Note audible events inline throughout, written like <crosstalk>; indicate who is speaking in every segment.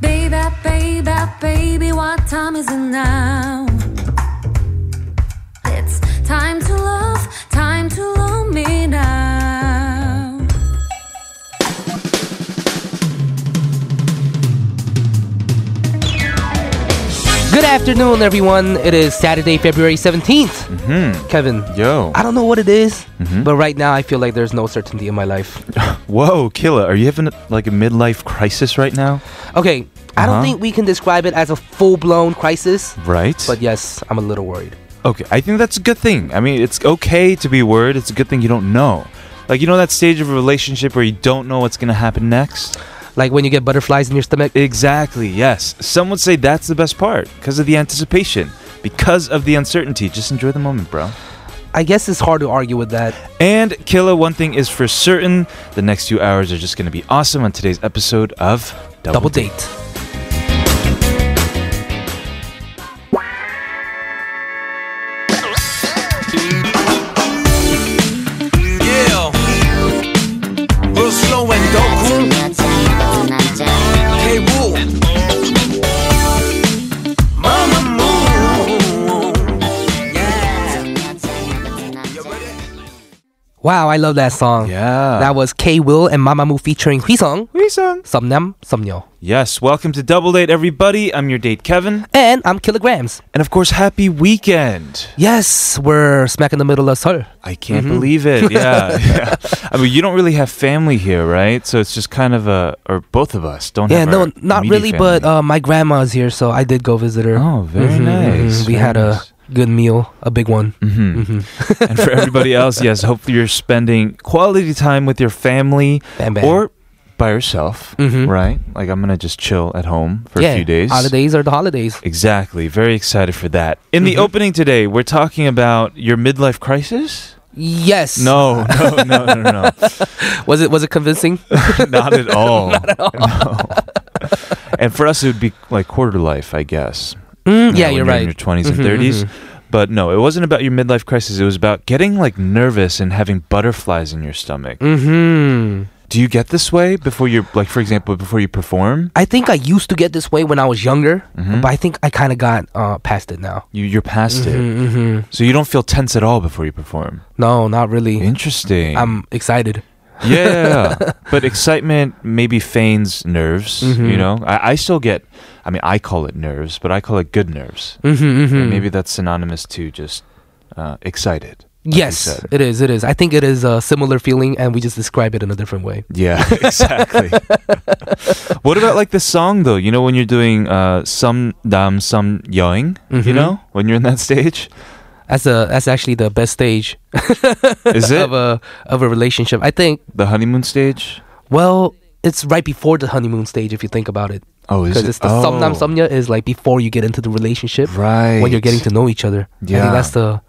Speaker 1: baby, baby, baby, what time is it now? It's time to love, time to love me now.
Speaker 2: Good afternoon, everyone. It is Saturday, February 17th.
Speaker 3: Mm-hmm.
Speaker 2: Kevin,
Speaker 3: Yo.
Speaker 2: I don't know what it is,
Speaker 3: Mm-hmm.
Speaker 2: but right now I feel like there's no certainty in my life.
Speaker 3: Whoa, Killa, are you having like a midlife crisis right now?
Speaker 2: Okay, I don't
Speaker 3: Uh-huh.
Speaker 2: think we can describe it as a full blown crisis,
Speaker 3: Right.
Speaker 2: but yes, I'm a little worried.
Speaker 3: okay, I think that's a good thing. I mean, it's okay to be worried. It's a good thing you don't know. Like, you know that stage of a relationship where you don't know what's going to happen next?
Speaker 2: Like when you get butterflies in your stomach.
Speaker 3: Exactly, yes. Some would say that's the best part because of the anticipation, because of the uncertainty. Just enjoy the moment, bro.
Speaker 2: I guess it's hard to argue with that.
Speaker 3: And, Killa, one thing is for certain the next few hours are just going to be awesome on today's episode of
Speaker 2: Double date.
Speaker 4: Yeah. Ruslo and Doku. Hey, Wu. Mama Moo.
Speaker 2: Wow, I love that song.
Speaker 3: Yeah.
Speaker 2: That was K Will and Mamamoo featuring Huisong,
Speaker 3: Wee-sung.
Speaker 2: Somnam, Somnyo.
Speaker 3: Yes, welcome to Double Date, everybody. I'm your date, Kevin.
Speaker 2: And I'm Kilograms.
Speaker 3: And of course, happy weekend.
Speaker 2: Yes, we're smack in the middle of Seoul.
Speaker 3: I can't
Speaker 2: Mm-hmm.
Speaker 3: believe
Speaker 2: <laughs>
Speaker 3: it. Yeah, yeah. I mean, you don't really have family here, right? So it's just kind of a, or both of us don't
Speaker 2: Yeah,
Speaker 3: have
Speaker 2: no,
Speaker 3: our
Speaker 2: not
Speaker 3: immediate
Speaker 2: really, but
Speaker 3: family.
Speaker 2: uh, my grandma's here, so I did go visit her.
Speaker 3: Oh, very
Speaker 2: Mhm, mhm,
Speaker 3: nice.
Speaker 2: We
Speaker 3: very
Speaker 2: had a
Speaker 3: nice.
Speaker 2: good meal, a big one. Mm-hmm.
Speaker 3: Mhm. <laughs> and for everybody else, yes, hopefully you're spending quality time with your family
Speaker 2: Bam, bam.
Speaker 3: or by yourself,
Speaker 2: Mhm.
Speaker 3: right? Like, I'm going to just chill at home for
Speaker 2: yeah,
Speaker 3: a few days.
Speaker 2: Holidays are the holidays.
Speaker 3: Exactly. Very excited for that. In the
Speaker 2: Mhm.
Speaker 3: opening today, we're talking about your midlife crisis.
Speaker 2: Yes.
Speaker 3: <laughs> No, no, no, no, no, <laughs>
Speaker 2: Was it was it convincing?
Speaker 3: no. not at all. Not at all. <laughs> And for us, it would be like quarter life, I guess.
Speaker 2: Mm,
Speaker 3: You
Speaker 2: yeah,
Speaker 3: know, when
Speaker 2: you're
Speaker 3: In
Speaker 2: right.
Speaker 3: your 20s and
Speaker 2: Mhm,
Speaker 3: 30s.
Speaker 2: mhm.
Speaker 3: But no, it wasn't about your midlife crisis. It was about getting like nervous and having butterflies in your stomach.
Speaker 2: Mm-hmm.
Speaker 3: Do you get this way before you're like, for example, before you perform?
Speaker 2: I think I used to get this way when I was younger,
Speaker 3: Mhm.
Speaker 2: but I think I kind of got uh, past it now.
Speaker 3: You, you're past it.
Speaker 2: Mhm, mhm.
Speaker 3: So you don't feel tense at all before you perform.
Speaker 2: No, not really.
Speaker 3: Interesting.
Speaker 2: I'm excited.
Speaker 3: yeah, but excitement maybe feigns nerves.
Speaker 2: Mhm.
Speaker 3: You know, I, I still get. I mean, I call it nerves, but I call it good nerves.
Speaker 2: Mm-hmm,
Speaker 3: And maybe that's synonymous to just uh, excited. like you
Speaker 2: yes,
Speaker 3: said.
Speaker 2: it is. It is. I think it is a similar feeling, and we just describe it in a different way.
Speaker 3: Yeah, <laughs> exactly. what about like the song though? You know, when you're doing uh, some dam some yoing, you
Speaker 2: Mhm.
Speaker 3: know, when you're in that <laughs> stage,
Speaker 2: That's a that's actually the best stage
Speaker 3: is it
Speaker 2: of a of a relationship. I think.
Speaker 3: the honeymoon stage?
Speaker 2: Well, it's right before the honeymoon stage if you think about it,
Speaker 3: Oh, is
Speaker 2: because
Speaker 3: it?
Speaker 2: it's the
Speaker 3: oh,
Speaker 2: somnam somnya is like before you get into the relationship,
Speaker 3: Right.
Speaker 2: when you're getting to know each other. I
Speaker 3: Yeah.
Speaker 2: think that's the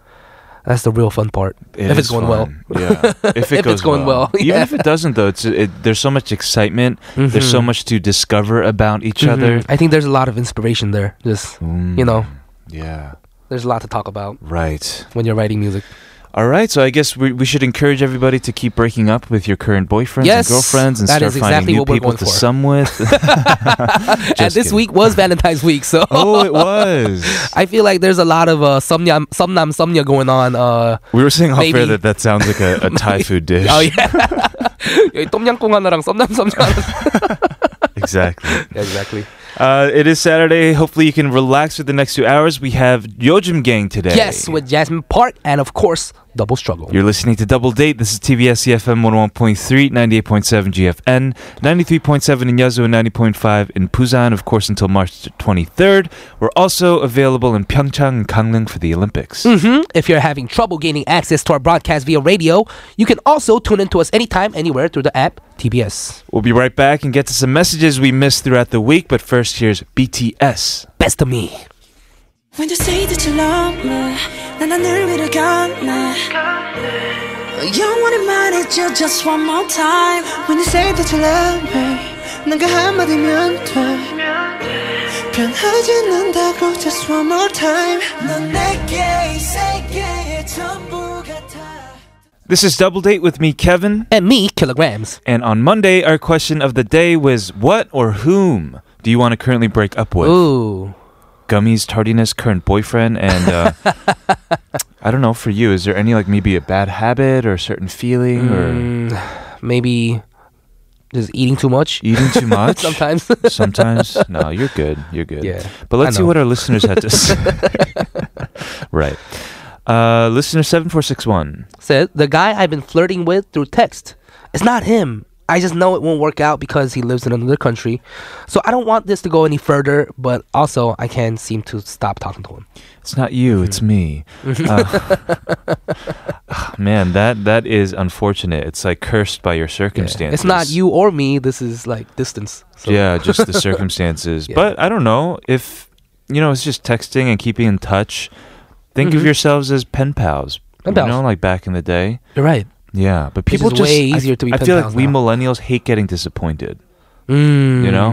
Speaker 2: that's the real fun part.
Speaker 3: It
Speaker 2: if it's
Speaker 3: is
Speaker 2: going well.
Speaker 3: fun.
Speaker 2: <laughs>
Speaker 3: Yeah. If, it
Speaker 2: If it's
Speaker 3: goes
Speaker 2: going well, yeah.
Speaker 3: Even if it doesn't, though, it's it, there's so much excitement. There's so
Speaker 2: Mhm.
Speaker 3: much to discover about each
Speaker 2: Mhm.
Speaker 3: other.
Speaker 2: I think there's a lot of inspiration there. Just
Speaker 3: Mm,
Speaker 2: you know,
Speaker 3: Yeah.
Speaker 2: there's a lot to talk about
Speaker 3: Right.
Speaker 2: when you're writing
Speaker 3: <laughs>
Speaker 2: music.
Speaker 3: All right. So I guess we, we should encourage everybody to keep breaking up with your current boyfriends
Speaker 2: Yes,
Speaker 3: and girlfriends and
Speaker 2: that is
Speaker 3: start
Speaker 2: exactly
Speaker 3: finding new
Speaker 2: what we're
Speaker 3: people
Speaker 2: going for.
Speaker 3: to
Speaker 2: <laughs>
Speaker 3: sum with.
Speaker 2: and this
Speaker 3: kidding.
Speaker 2: week was Valentine's week, so
Speaker 3: <laughs> oh, it was.
Speaker 2: <laughs> I feel like there's a lot of uh, somnya somnam somnya going on.
Speaker 3: <laughs>
Speaker 2: Uh,
Speaker 3: We were saying off air
Speaker 2: Maybe.
Speaker 3: that that sounds like a, a
Speaker 2: <laughs>
Speaker 3: Thai food dish.
Speaker 2: oh yeah, <laughs> 여기 똠양꿍 하나랑 썸남 썸녀 하나.
Speaker 3: <laughs> exactly.
Speaker 2: exactly.
Speaker 3: Uh, it is Saturday. Hopefully, you can relax for the next two hours. We have Yojim Gang today.
Speaker 2: Yes, with Jasmine Park and of course Double Struggle.
Speaker 3: You're listening to Double Date. This is TBS EFM 101.3, 98.7 GFN, 93.7 in Yazoo, and 90.5 in Busan, of course, until March 23rd. We're also available in Pyeongchang and Gangneung for the Olympics.
Speaker 2: Mhm. If you're having trouble gaining access to our broadcast via radio, you can also tune in to us anytime, anywhere through the app TBS.
Speaker 3: We'll be right back and get to some messages we missed throughout the week, but first, here's BTS.
Speaker 2: Best of me.
Speaker 5: When you say that you love me, 난 하늘 위로 건네. 영원히 말해줘 just one more time. When you say that you love me, 난그 한마디면 돼. 변하지 않는다고 just one more time. 넌 내게 이 세계의 전부 같아.
Speaker 3: This is Double Date with me, Kevin.
Speaker 2: And me, kilograms.
Speaker 3: And on Monday, our question of the day was what or whom? do you want to currently break up with?
Speaker 2: Ooh.
Speaker 3: Gummy's tardiness, current boyfriend,
Speaker 2: <laughs>
Speaker 3: and uh, I don't know. For you, is there any like maybe a bad habit or a certain feeling
Speaker 2: Mm.
Speaker 3: or
Speaker 2: Maybe just eating too
Speaker 3: <laughs>
Speaker 2: much.
Speaker 3: eating
Speaker 2: <laughs>
Speaker 3: too much?
Speaker 2: Sometimes.
Speaker 3: Sometimes.
Speaker 2: <laughs>
Speaker 3: No, you're good. You're good.
Speaker 2: Yeah,
Speaker 3: But
Speaker 2: I
Speaker 3: let's see
Speaker 2: know.
Speaker 3: what our listeners
Speaker 2: <laughs>
Speaker 3: had to say. <laughs> right. Uh, listener 7461.
Speaker 2: Said the guy I've been flirting with through text. It's not him. I just know it won't work out because he lives in another country. So I don't want this to go any further, but also I can't seem to stop talking to him.
Speaker 3: It's not you,
Speaker 2: Mm-hmm. <laughs>
Speaker 3: it's me. Uh, <laughs> man, that that is unfortunate. It's like cursed by your
Speaker 2: Yeah.
Speaker 3: circumstances.
Speaker 2: It's not you or me. This is like distance. So.
Speaker 3: Yeah, just the circumstances.
Speaker 2: <laughs> Yeah.
Speaker 3: But I don't know if you know. It's just texting and keeping in touch. Think of
Speaker 2: Mhm.
Speaker 3: yourselves as pen pals.
Speaker 2: Pen
Speaker 3: You
Speaker 2: pals.
Speaker 3: know, like back in the day.
Speaker 2: You're right.
Speaker 3: Yeah, but
Speaker 2: Which
Speaker 3: people
Speaker 2: is
Speaker 3: just
Speaker 2: way
Speaker 3: I-
Speaker 2: easier to be
Speaker 3: I
Speaker 2: pen
Speaker 3: feel like
Speaker 2: pals
Speaker 3: we
Speaker 2: now.
Speaker 3: millennials hate getting disappointed,
Speaker 2: Mm.
Speaker 3: You know?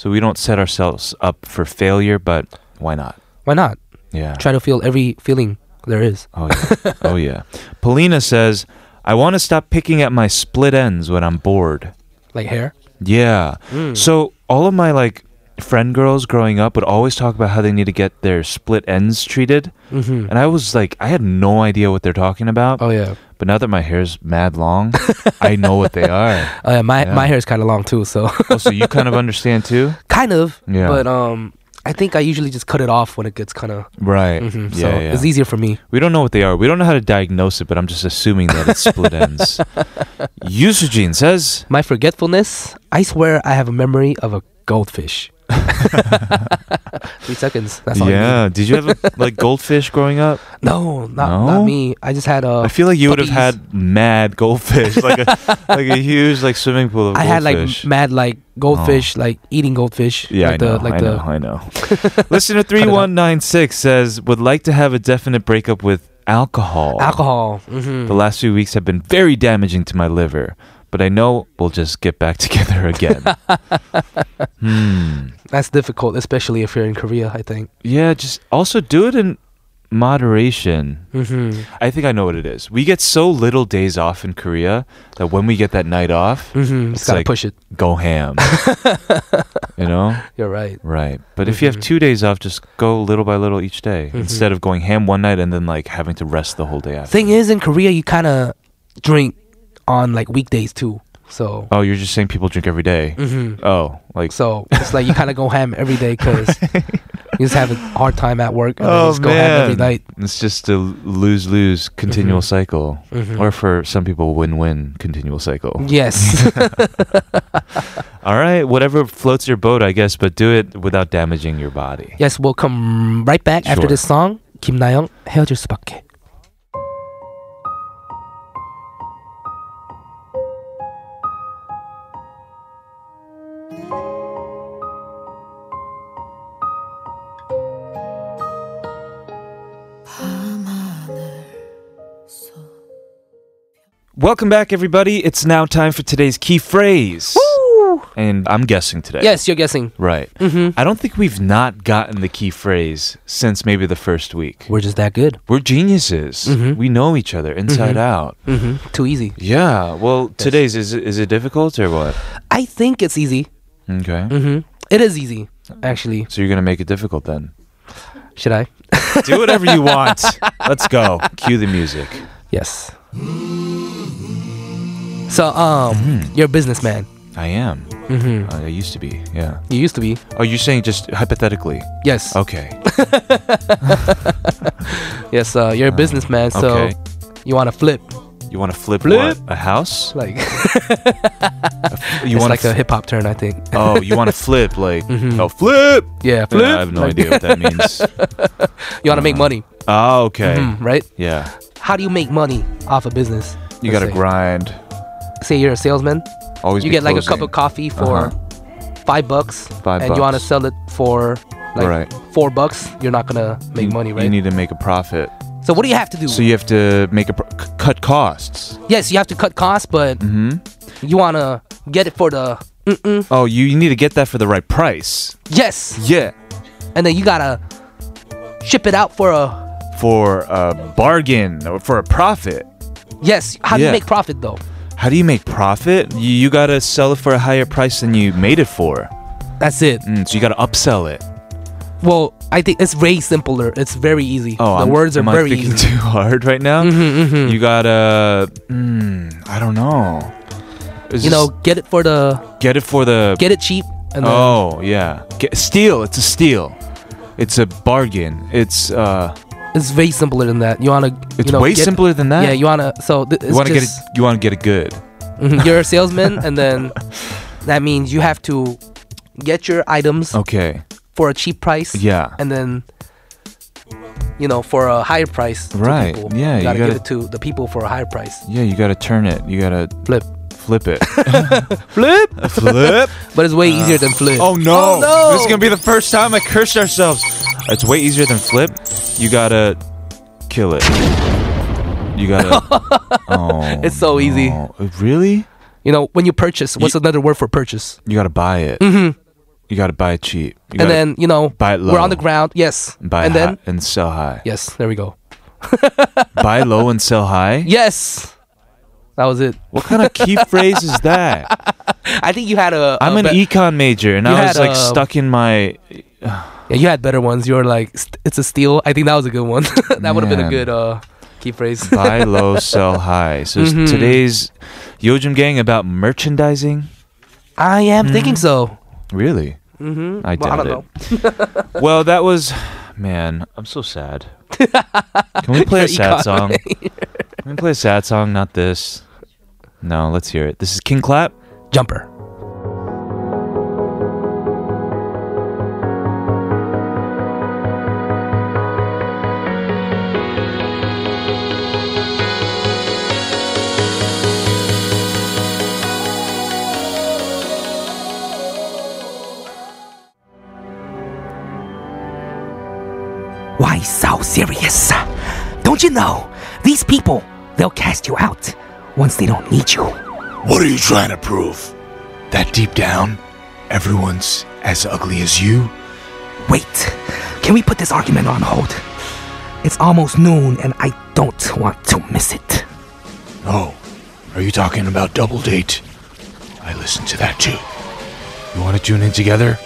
Speaker 3: so we don't set ourselves up for failure. But why not?
Speaker 2: Why not?
Speaker 3: Yeah.
Speaker 2: Try to feel every feeling there is.
Speaker 3: Oh yeah. oh yeah.
Speaker 2: <laughs>
Speaker 3: Polina says, "I want to stop picking at my split ends when I'm bored."
Speaker 2: Like hair.
Speaker 3: Yeah.
Speaker 2: Hmm.
Speaker 3: So all of my like friend girls growing up would always talk about how they need to get their split ends treated,
Speaker 2: Mm-hmm.
Speaker 3: and I was like, I had no idea what they're talking about.
Speaker 2: Oh yeah.
Speaker 3: But now that my hair's mad
Speaker 2: <laughs>
Speaker 3: long, I know what they are.
Speaker 2: Oh yeah. My
Speaker 3: Yeah.
Speaker 2: my hair is kind of long too, so <laughs>
Speaker 3: Oh, so you kind of understand too,
Speaker 2: kind of.
Speaker 3: Yeah.
Speaker 2: But um, I think I usually just cut it off when it gets kind of.
Speaker 3: right?
Speaker 2: hmm
Speaker 3: Yeah,
Speaker 2: so
Speaker 3: yeah.
Speaker 2: it's easier for me.
Speaker 3: We don't know what they are. We don't know how to diagnose it, but I'm just assuming that it's
Speaker 2: <laughs>
Speaker 3: split ends. Eugene says,
Speaker 2: My forgetfulness. I swear I have a memory of a
Speaker 3: <laughs>
Speaker 2: goldfish. <laughs> Three seconds. That's all. I
Speaker 3: "Yeah, did you have a, like goldfish growing up?
Speaker 2: need. No, not
Speaker 3: No?
Speaker 2: not me. I just had a.
Speaker 3: I feel like you would
Speaker 2: Oh,
Speaker 3: have
Speaker 2: puppies.
Speaker 3: had mad goldfish,
Speaker 2: <laughs>
Speaker 3: like a like a huge like swimming pool of
Speaker 2: I had like
Speaker 3: goldfish. Oh.
Speaker 2: mad like goldfish, like eating goldfish.
Speaker 3: yeah,
Speaker 2: like
Speaker 3: I know,
Speaker 2: the, like
Speaker 3: I
Speaker 2: the,
Speaker 3: know, I
Speaker 2: <laughs>
Speaker 3: know. Listener three one nine six says would like to have a definite breakup with alcohol.
Speaker 2: Alcohol. hmm
Speaker 3: Oh. The last few weeks have been very damaging to my liver, but I know we'll just get back <laughs>
Speaker 2: <laughs>
Speaker 3: together again. hmm.
Speaker 2: That's difficult, especially if you're in Korea. I think.
Speaker 3: Yeah, just also do it in moderation.
Speaker 2: Mm-hmm.
Speaker 3: I think I know what it is. We get so little days off in Korea that when we get that night off,
Speaker 2: Mm-hmm. Just
Speaker 3: It's
Speaker 2: gotta
Speaker 3: like-
Speaker 2: push it.
Speaker 3: go <laughs> ham. you know?
Speaker 2: You're right.
Speaker 3: Right. But if you have
Speaker 2: Mhm.
Speaker 3: two days off, just go little by little each day
Speaker 2: Mhm.
Speaker 3: instead of going ham one night and then like having to rest the whole day after.
Speaker 2: Thing is, in Korea, you kind of drink on like weekdays too. So,
Speaker 3: oh, you're just saying people drink every day.
Speaker 2: Mhm.
Speaker 3: Oh, like
Speaker 2: so it's like you kind of go ham every day
Speaker 3: <laughs>
Speaker 2: because you just have a hard time at work. And then
Speaker 3: Oh,
Speaker 2: just go ham every night.
Speaker 3: man. it's just a lose lose continual cycle.
Speaker 2: Mhm.
Speaker 3: Or for some people, win win continual cycle. <laughs>
Speaker 2: Yes.
Speaker 3: All right, whatever floats your boat, I guess, but do it without damaging your body.
Speaker 2: yes, we'll come right back after
Speaker 3: Sure.
Speaker 2: this song. Kim Nayoung, 헤어질 수밖에.
Speaker 3: Welcome back, everybody. It's now time for today's key phrase. And I'm guessing today.
Speaker 2: Yes, you're guessing.
Speaker 3: Right.
Speaker 2: Mm-hmm.
Speaker 3: I don't think we've not gotten the key phrase since maybe the first week.
Speaker 2: We're just that good.
Speaker 3: We're geniuses.
Speaker 2: Mhm.
Speaker 3: We know each other inside out.
Speaker 2: hmm Too easy.
Speaker 3: Yeah. Well, today's is it- is it difficult or what?
Speaker 2: I think it's easy.
Speaker 3: Okay.
Speaker 2: hmm It is easy, actually.
Speaker 3: So you're gonna make it difficult then.
Speaker 2: Should I?
Speaker 3: Do whatever you want.
Speaker 2: <laughs>
Speaker 3: Let's go. Cue the music.
Speaker 2: Yes. So, um,
Speaker 3: Mm-hmm.
Speaker 2: you're a businessman.
Speaker 3: I am.
Speaker 2: Mm-hmm.
Speaker 3: I used to be. Yeah.
Speaker 2: You used to be.
Speaker 3: Oh, you're saying just hypothetically?
Speaker 2: Yes.
Speaker 3: Okay.
Speaker 2: Yes, uh, you're a businessman, <laughs> so
Speaker 3: okay.
Speaker 2: you want to flip.
Speaker 3: You want to flip,
Speaker 2: Flip.
Speaker 3: what? A house?
Speaker 2: Like,
Speaker 3: You
Speaker 2: <laughs> it's
Speaker 3: want
Speaker 2: like a hip hop turn, I think.
Speaker 3: Oh, you want to
Speaker 2: <laughs>
Speaker 3: flip like oh flip?
Speaker 2: Yeah, flip.
Speaker 3: Flip. I have no
Speaker 2: Like,
Speaker 3: idea what <laughs> that means.
Speaker 2: You want to make money,
Speaker 3: Oh, okay.
Speaker 2: mm, right?
Speaker 3: Yeah.
Speaker 2: How do you make money off a business?
Speaker 3: You
Speaker 2: Let's
Speaker 3: gotta
Speaker 2: say.
Speaker 3: grind.
Speaker 2: Say you're a salesman.
Speaker 3: Always.
Speaker 2: You
Speaker 3: be
Speaker 2: get like a cup of
Speaker 3: closing.
Speaker 2: coffee for five bucks,
Speaker 3: Uh-huh. Five
Speaker 2: and you want to
Speaker 3: bucks.
Speaker 2: sell it for like
Speaker 3: Right.
Speaker 2: four bucks. You're not gonna make
Speaker 3: You-
Speaker 2: money, right?
Speaker 3: You need to make a profit,
Speaker 2: so what do you have to do?
Speaker 3: so you have to make a pro- c- cut costs.
Speaker 2: yes, you have to cut costs, but
Speaker 3: Mm-hmm.
Speaker 2: you want to get it for the
Speaker 3: Oh, you, you need to get that for the right price.
Speaker 2: yes,
Speaker 3: Yeah,
Speaker 2: and then you gotta ship it out for a
Speaker 3: for a bargain or for a profit.
Speaker 2: yes. How do
Speaker 3: Yeah.
Speaker 2: you make profit though?
Speaker 3: How do you make profit? You, you gotta sell it for a higher price than you made it for.
Speaker 2: That's it.
Speaker 3: Mm, so you got to upsell it.
Speaker 2: Well, I think it's way simpler. It's very easy.
Speaker 3: Oh,
Speaker 2: the
Speaker 3: I'm-
Speaker 2: words are
Speaker 3: am I
Speaker 2: very
Speaker 3: thinking
Speaker 2: easy. Mm-hmm,
Speaker 3: too hard right now. You gotta. Mm, I don't know. It's
Speaker 2: You know,
Speaker 3: just
Speaker 2: get it for the
Speaker 3: get it for the.
Speaker 2: get it cheap and then
Speaker 3: oh yeah, get, steal. It's a steal. It's a bargain. It's uh.
Speaker 2: it's way simpler than that. You wanna
Speaker 3: It's
Speaker 2: you know,
Speaker 3: way
Speaker 2: get-
Speaker 3: simpler than that.
Speaker 2: Yeah, you wanna so th- it's
Speaker 3: you want to get it.
Speaker 2: just,
Speaker 3: You want to get it good.
Speaker 2: Mhm, <laughs> you're a
Speaker 3: <laughs>
Speaker 2: salesman and then that means you have to get your items
Speaker 3: Okay.
Speaker 2: for a cheap price.
Speaker 3: Yeah.
Speaker 2: And then you know, for a higher price. to
Speaker 3: Right,
Speaker 2: people.
Speaker 3: yeah,
Speaker 2: You
Speaker 3: you
Speaker 2: gotta,
Speaker 3: gotta-
Speaker 2: give it to the people for a higher price.
Speaker 3: Yeah, you gotta turn it. You gotta
Speaker 2: Flip.
Speaker 3: flip it.
Speaker 2: <laughs> Flip <laughs>
Speaker 3: flip.
Speaker 2: But it's way easier than flip.
Speaker 3: Oh
Speaker 2: Oh,
Speaker 3: no.
Speaker 2: no.
Speaker 3: This is gonna be the first time I cursed ourselves. It's way easier than flip. You gotta kill it. You gotta. oh,
Speaker 2: It's so <laughs> easy.
Speaker 3: no. Really?
Speaker 2: You know, when you purchase, what's
Speaker 3: Ye-
Speaker 2: another word for purchase?
Speaker 3: You gotta buy it. Mm-hmm. You gotta buy it cheap. You
Speaker 2: and
Speaker 3: gotta
Speaker 2: then you know
Speaker 3: buy it
Speaker 2: we're on
Speaker 3: low.
Speaker 2: the ground. Yes.
Speaker 3: buy
Speaker 2: and
Speaker 3: it
Speaker 2: then
Speaker 3: high and sell high.
Speaker 2: yes, there we go.
Speaker 3: buy low and sell high.
Speaker 2: Yes, that was it.
Speaker 3: What kind of key phrase is
Speaker 2: <laughs>
Speaker 3: that?
Speaker 2: I think you had a.
Speaker 3: I'm
Speaker 2: a
Speaker 3: an e-
Speaker 2: be-
Speaker 3: econ major, and
Speaker 2: You
Speaker 3: I
Speaker 2: had
Speaker 3: was like
Speaker 2: a-
Speaker 3: stuck in my.
Speaker 2: yeah, you had better ones. You were like, "St- it's a steal. I think that was a good one. <laughs> that would have been a
Speaker 3: Man.
Speaker 2: good uh, key phrase.
Speaker 3: buy low, sell high. So is
Speaker 2: Mhm.
Speaker 3: today's Yojim Gang about merchandising.
Speaker 2: I am
Speaker 3: Mm.
Speaker 2: thinking so.
Speaker 3: Really?
Speaker 2: hmm
Speaker 3: I
Speaker 2: well, I
Speaker 3: doubt
Speaker 2: don't know. <laughs>
Speaker 3: it. Well, that was, man. I'm so sad. Can we play
Speaker 2: <laughs>
Speaker 3: a
Speaker 2: Your
Speaker 3: sad
Speaker 2: econ
Speaker 3: song? Can we play a sad song? Not this. No, let's hear it. This is King Clap.
Speaker 2: Jumper. Why so serious? Don't you know? These people, they'll cast you out once they don't need you.
Speaker 6: What are you trying to prove? That deep down, everyone's as ugly as you?
Speaker 2: Wait, can we put this argument on hold? It's almost noon and I don't want to miss it.
Speaker 6: Oh, are you talking about Double Date? I listen to that too. You want to tune in together?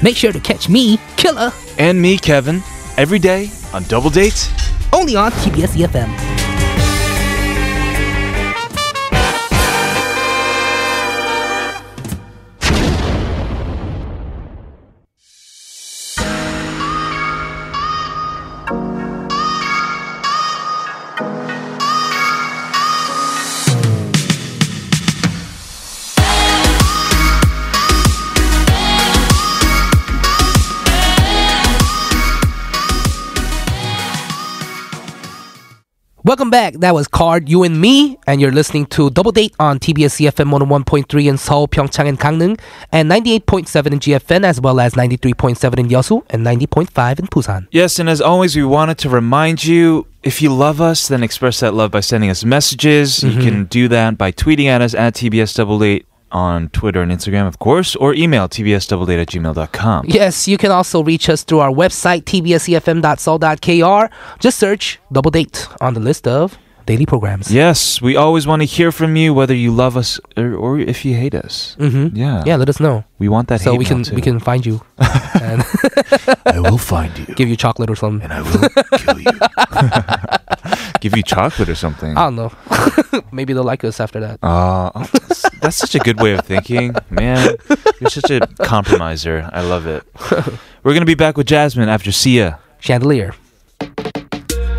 Speaker 2: Make sure to catch me, Killer,
Speaker 3: And me, Kevin, every day on Double Date.
Speaker 2: only on TBS EFM. Welcome back. That was Card, You and Me, and you're listening to Double Date on TBS EFM 101.3 in Seoul, Pyeongchang, and Gangneung, and 98.7 in GFN, as well as 93.7 in Yeosu and 90.5 in Busan.
Speaker 3: Yes, and as always, we wanted to remind you if you love us, then express that love by sending us messages. You
Speaker 2: Mm-hmm.
Speaker 3: can do that by tweeting at us at TBS88 on Twitter and Instagram, of course, or email TBS88 at gmail.com.
Speaker 2: Yes, you can also reach us through our website, tbsefm.soul.kr. Just search Double Date on the list of daily programs.
Speaker 3: Yes, we always want to hear from you, whether you love us or, or if you hate us.
Speaker 2: Mm-hmm.
Speaker 3: Yeah,
Speaker 2: Yeah, let us know
Speaker 3: we want that.
Speaker 2: so
Speaker 3: hate
Speaker 2: we can
Speaker 3: mail, Uh, too.
Speaker 2: we can find you and
Speaker 6: I will find you,
Speaker 2: give you chocolate or something.
Speaker 6: and I will kill you.
Speaker 3: give you chocolate
Speaker 2: <laughs>
Speaker 3: or something.
Speaker 2: I don't know. Maybe they'll like us after that.
Speaker 3: Uh, oh, that's, that's such a good way of thinking, man. You're
Speaker 2: <laughs>
Speaker 3: such a compromiser. I love it. We're gonna be back with Jasmine after Sia.
Speaker 2: Chandelier.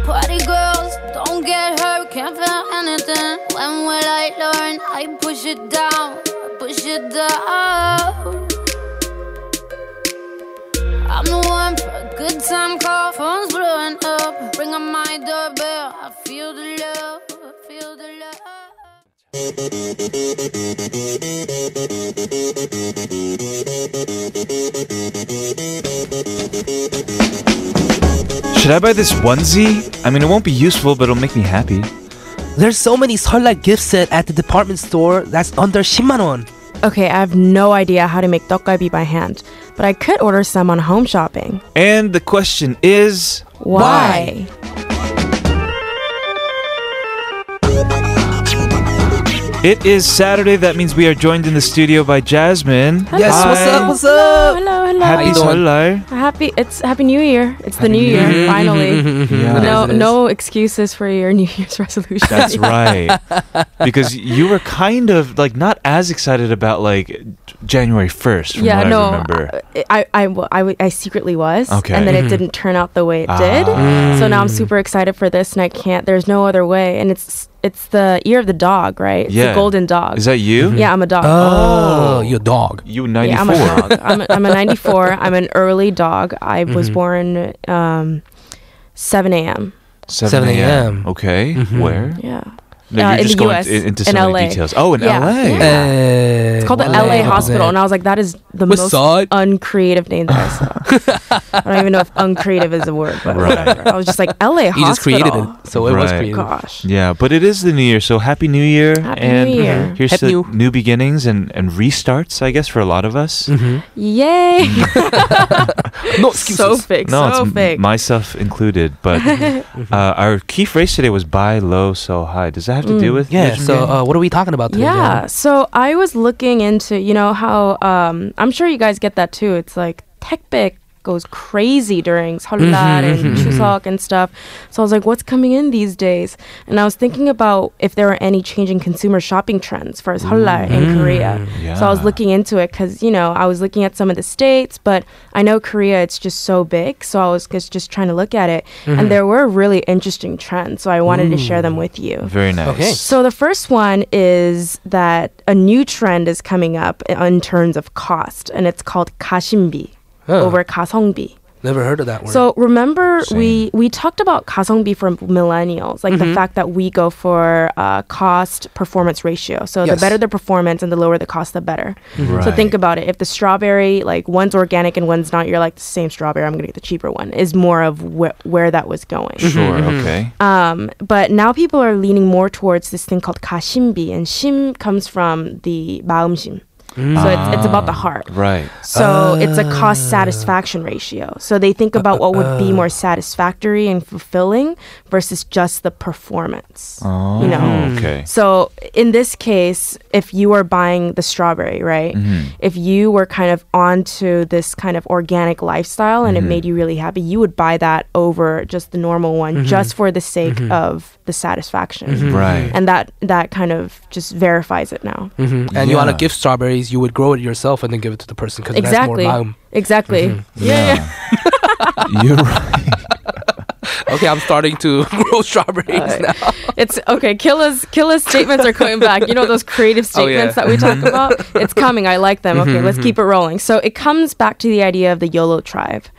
Speaker 1: Party girls, don't get hurt, can't feel anything. When will I learn? I push it down, push it down. I'm the one for a good time call, phone's blowing up. Ring on my doorbell, I feel the love, I feel the love.
Speaker 3: Should I buy this onesie? I mean, it won't be useful, but it'll make me happy.
Speaker 2: There's so many 설날 gift set at the department store that's under 10만 won.
Speaker 7: Okay, I have no idea how to make tteokgalbi by hand, but I could order some on home shopping.
Speaker 3: And the question is,
Speaker 7: Why?
Speaker 3: It is Saturday. That means we are joined in the studio by Jasmine.
Speaker 2: Yes,
Speaker 3: Hi.
Speaker 2: what's up? What's
Speaker 7: Hello,
Speaker 2: up?
Speaker 7: hello, hello.
Speaker 2: How
Speaker 3: Happy
Speaker 2: you doing?
Speaker 3: Solai.
Speaker 7: Happy it's Happy New Year. It's the
Speaker 3: Happy
Speaker 7: New
Speaker 3: New
Speaker 7: Year,
Speaker 3: Year. <laughs>
Speaker 7: finally.
Speaker 3: Yeah.
Speaker 7: No,
Speaker 2: It Mm-hmm. is, it
Speaker 7: no excuses for your <laughs> New Year's resolution. <laughs>
Speaker 3: That's right. <laughs> Because you were kind of like not as excited about like January 1st from
Speaker 7: yeah,
Speaker 3: what
Speaker 7: no,
Speaker 3: I remember.
Speaker 7: I, I, I, I, I secretly was,
Speaker 3: Okay. Mm-hmm.
Speaker 7: and then
Speaker 2: Mhm.
Speaker 7: it didn't turn out the way it did.
Speaker 3: Ah.
Speaker 7: So now I'm super excited for this, and I can't. There's no other way, and it's it's the year of the dog, right? It's
Speaker 3: Yeah.
Speaker 7: the golden dog.
Speaker 3: Is that you?
Speaker 7: uh, yeah, I'm a dog.
Speaker 2: Oh, your dog.
Speaker 3: You 94.
Speaker 7: Yeah, I'm a <laughs> dog. I'm a, I'm a
Speaker 2: <laughs>
Speaker 7: 94. I'm an early dog. I
Speaker 2: Mm-hmm.
Speaker 7: was born um, 7 a.m.
Speaker 3: 7
Speaker 2: a.m..
Speaker 3: Okay.
Speaker 2: Mm-hmm.
Speaker 3: Where?
Speaker 7: Yeah.
Speaker 3: No, you're
Speaker 7: Uh, in
Speaker 3: just
Speaker 7: the
Speaker 3: going
Speaker 7: US,
Speaker 3: in- into so
Speaker 7: in
Speaker 3: many
Speaker 7: LA.
Speaker 3: details. Oh, in
Speaker 7: Yeah.
Speaker 3: LA.
Speaker 7: Yeah.
Speaker 2: Eh,
Speaker 7: It's called the LA Hospital, and I was like, that is the
Speaker 2: What's
Speaker 7: most
Speaker 2: up?
Speaker 7: uncreative name that I saw.
Speaker 2: <laughs>
Speaker 7: I don't even know if uncreative is a word, but
Speaker 3: Right.
Speaker 7: whatever. I was just like, LA Hospital.
Speaker 2: You just created it, so it was
Speaker 3: Right.
Speaker 2: created.
Speaker 7: Gosh.
Speaker 3: Yeah, but it is the new year, so happy new year.
Speaker 7: Happy
Speaker 3: and
Speaker 7: New Year.
Speaker 3: here's
Speaker 2: Happy New-
Speaker 3: to new beginnings and, and restarts, I guess, for a lot of us.
Speaker 2: Mm-hmm.
Speaker 7: Yay.
Speaker 2: <laughs> No
Speaker 7: <laughs> so
Speaker 2: excuses.
Speaker 7: fake.
Speaker 3: no,
Speaker 7: so
Speaker 3: it's m-
Speaker 7: fake.
Speaker 3: myself included.
Speaker 7: <laughs>
Speaker 3: But uh, our key phrase today was buy low, so high. Does that have to
Speaker 7: Mm.
Speaker 3: do with
Speaker 2: yeah.
Speaker 3: Yajin
Speaker 2: So,
Speaker 3: Yang?
Speaker 2: uh, what are we talking about today?
Speaker 7: yeah. So I was looking into, you know, how um, I'm sure you guys get that too. It's like Tekbik goes crazy during Seollar and Chuseok and stuff. So I was like, what's coming in these days? And I was thinking about if there were any changing consumer shopping trends for Seollar in Korea. So I
Speaker 3: yeah.
Speaker 7: was looking into it because, you know, I was looking at some of the states, but I know Korea, it's just so big. So I was just, just trying to look at it. And there were really interesting trends. So I wanted to share them with you.
Speaker 3: very nice.
Speaker 2: Okay.
Speaker 7: So the first one is that a new trend is coming up in terms of cost, and it's called 가심비
Speaker 2: Huh.
Speaker 7: over 가성비.
Speaker 2: Never heard of that word.
Speaker 7: So remember, we we talked about 가성비 for millennials, like
Speaker 2: Mm-hmm.
Speaker 7: the fact that we go for uh, cost performance ratio. So
Speaker 2: Yes.
Speaker 7: the better the performance and the lower the cost, the better. So
Speaker 3: Right.
Speaker 7: think about it. If the strawberry, like one's organic and one's not, you're like the same strawberry. I'm gonna get the cheaper one. Is more of wh- where that was going.
Speaker 2: Mm-hmm.
Speaker 3: Sure, okay.
Speaker 7: Um, but now people are leaning more towards this thing called kashimbi, and shim comes from the baumshim. So it's, it's about the heart.
Speaker 3: right.
Speaker 7: So it's a cost satisfaction ratio. So they think about what would be more satisfactory and fulfilling versus just the performance.
Speaker 3: Oh,
Speaker 7: You know. <laughs>
Speaker 3: okay.
Speaker 7: So in this case, if you are buying the strawberry, right?
Speaker 3: Mm-hmm.
Speaker 7: If you were kind of onto this kind of organic lifestyle and it
Speaker 3: Mm-hmm.
Speaker 7: made you really happy, you would buy that over just the normal one just for the sake of the satisfaction.
Speaker 2: Mm-hmm.
Speaker 3: Right.
Speaker 7: And that that kind of just verifies it now.
Speaker 2: Mhm. And you want to
Speaker 3: Yeah.
Speaker 2: give strawberries, you would grow it yourself and then give it to the person because
Speaker 7: Exactly.
Speaker 2: that's more volume.
Speaker 7: Exactly.
Speaker 3: Yeah. You're right.
Speaker 2: Okay, I'm starting to <laughs> grow strawberries now.
Speaker 7: It's okay. Killa's Killa's statements are coming back. You know those creative
Speaker 2: Oh, yeah.
Speaker 7: statements that we talk about. It's coming. I like them. Okay, let's keep it rolling. So it comes back to the idea of the YOLO drive.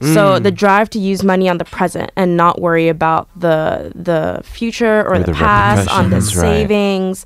Speaker 7: So the drive to use money on the present and not worry about the the future or,
Speaker 3: Or
Speaker 7: the,
Speaker 3: the
Speaker 7: past, on the
Speaker 3: repercussions, right.
Speaker 7: savings,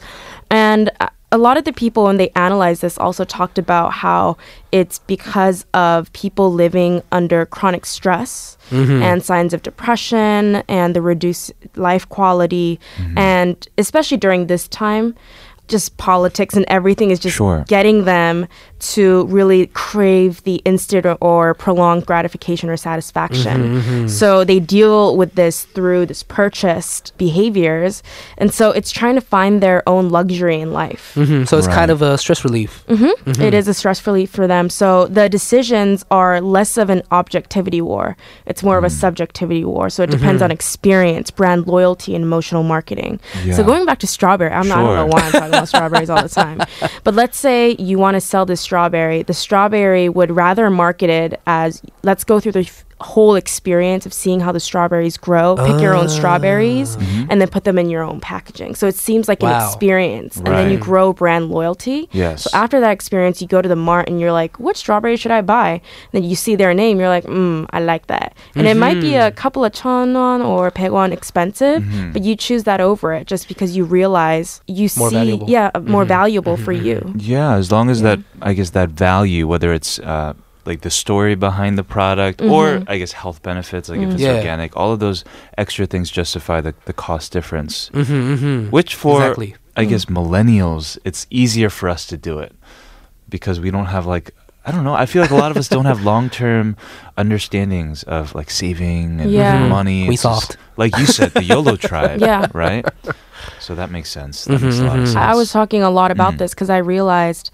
Speaker 7: and. uh, A lot of the people, when they analyzed this, also talked about how it's because of people living under chronic stress and signs of depression and the reduced life quality and especially during this time just politics and everything is just
Speaker 3: Sure.
Speaker 7: getting them to really crave the instant or, or prolonged gratification or satisfaction. So they deal with this through this purchased behaviors. And so it's trying to find their own luxury in life.
Speaker 2: Mhm, So it's kind of a stress relief.
Speaker 7: Mm-hmm. It
Speaker 3: Hmm.
Speaker 7: is a stress relief for them. So the decisions are less of an objectivity war. It's more of
Speaker 3: Hmm.
Speaker 7: a subjectivity war. So it
Speaker 3: Mm-hmm.
Speaker 7: depends on experience, brand loyalty, and emotional marketing.
Speaker 3: Yeah.
Speaker 7: So going back to strawberry, I'm not, I don't
Speaker 3: Sure.
Speaker 7: know why I'm talking about strawberries
Speaker 3: <laughs>
Speaker 7: all the time. But let's say you want to sell this strawberry. The strawberry would rather market it as let's go through the f- whole experience of seeing how the strawberries grow, pick your own strawberries,
Speaker 3: Ah.
Speaker 7: and then put them in your own packaging. So it seems like an
Speaker 2: Wow.
Speaker 7: experience. And then you
Speaker 3: Right.
Speaker 7: grow brand loyalty.
Speaker 3: Yes.
Speaker 7: So after that experience, you go to the mart and you're like, "What strawberry should I buy?" then you see their name, you're like, "Mm, I like that." And it might be a
Speaker 3: Mm-hmm.
Speaker 7: couple of chonwon or paegwon expensive, but you choose that over it just because you realize you
Speaker 2: More
Speaker 7: see,
Speaker 2: valuable. Mm-hmm.
Speaker 7: yeah, uh, more valuable for
Speaker 3: Mm-hmm.
Speaker 7: you.
Speaker 3: Yeah, as long as that, I guess that value, whether it's uh, like the story behind the product
Speaker 7: Mm-hmm.
Speaker 3: or I guess health benefits, like if
Speaker 7: Mm.
Speaker 3: it's
Speaker 2: Yeah.
Speaker 3: organic, all of those extra things justify the, the cost difference.
Speaker 2: Mm-hmm, mm-hmm.
Speaker 3: Which for,
Speaker 2: Exactly. Mm.
Speaker 3: I guess, millennials, it's easier for us to do it because we don't have like I don't know. I feel like a lot of us don't
Speaker 2: <laughs>
Speaker 3: have long term understandings of like saving and
Speaker 7: Yeah. Mhm.
Speaker 3: money.
Speaker 2: We
Speaker 3: It's
Speaker 2: soft.
Speaker 3: just- like you said, the
Speaker 2: <laughs>
Speaker 3: YOLO tribe.
Speaker 7: Yeah.
Speaker 3: Right. So that makes sense. That makes a lot of
Speaker 2: Mm-hmm,
Speaker 3: sense.
Speaker 7: I I was talking a lot about
Speaker 3: Mm-hmm. Mm.
Speaker 7: this because I realized,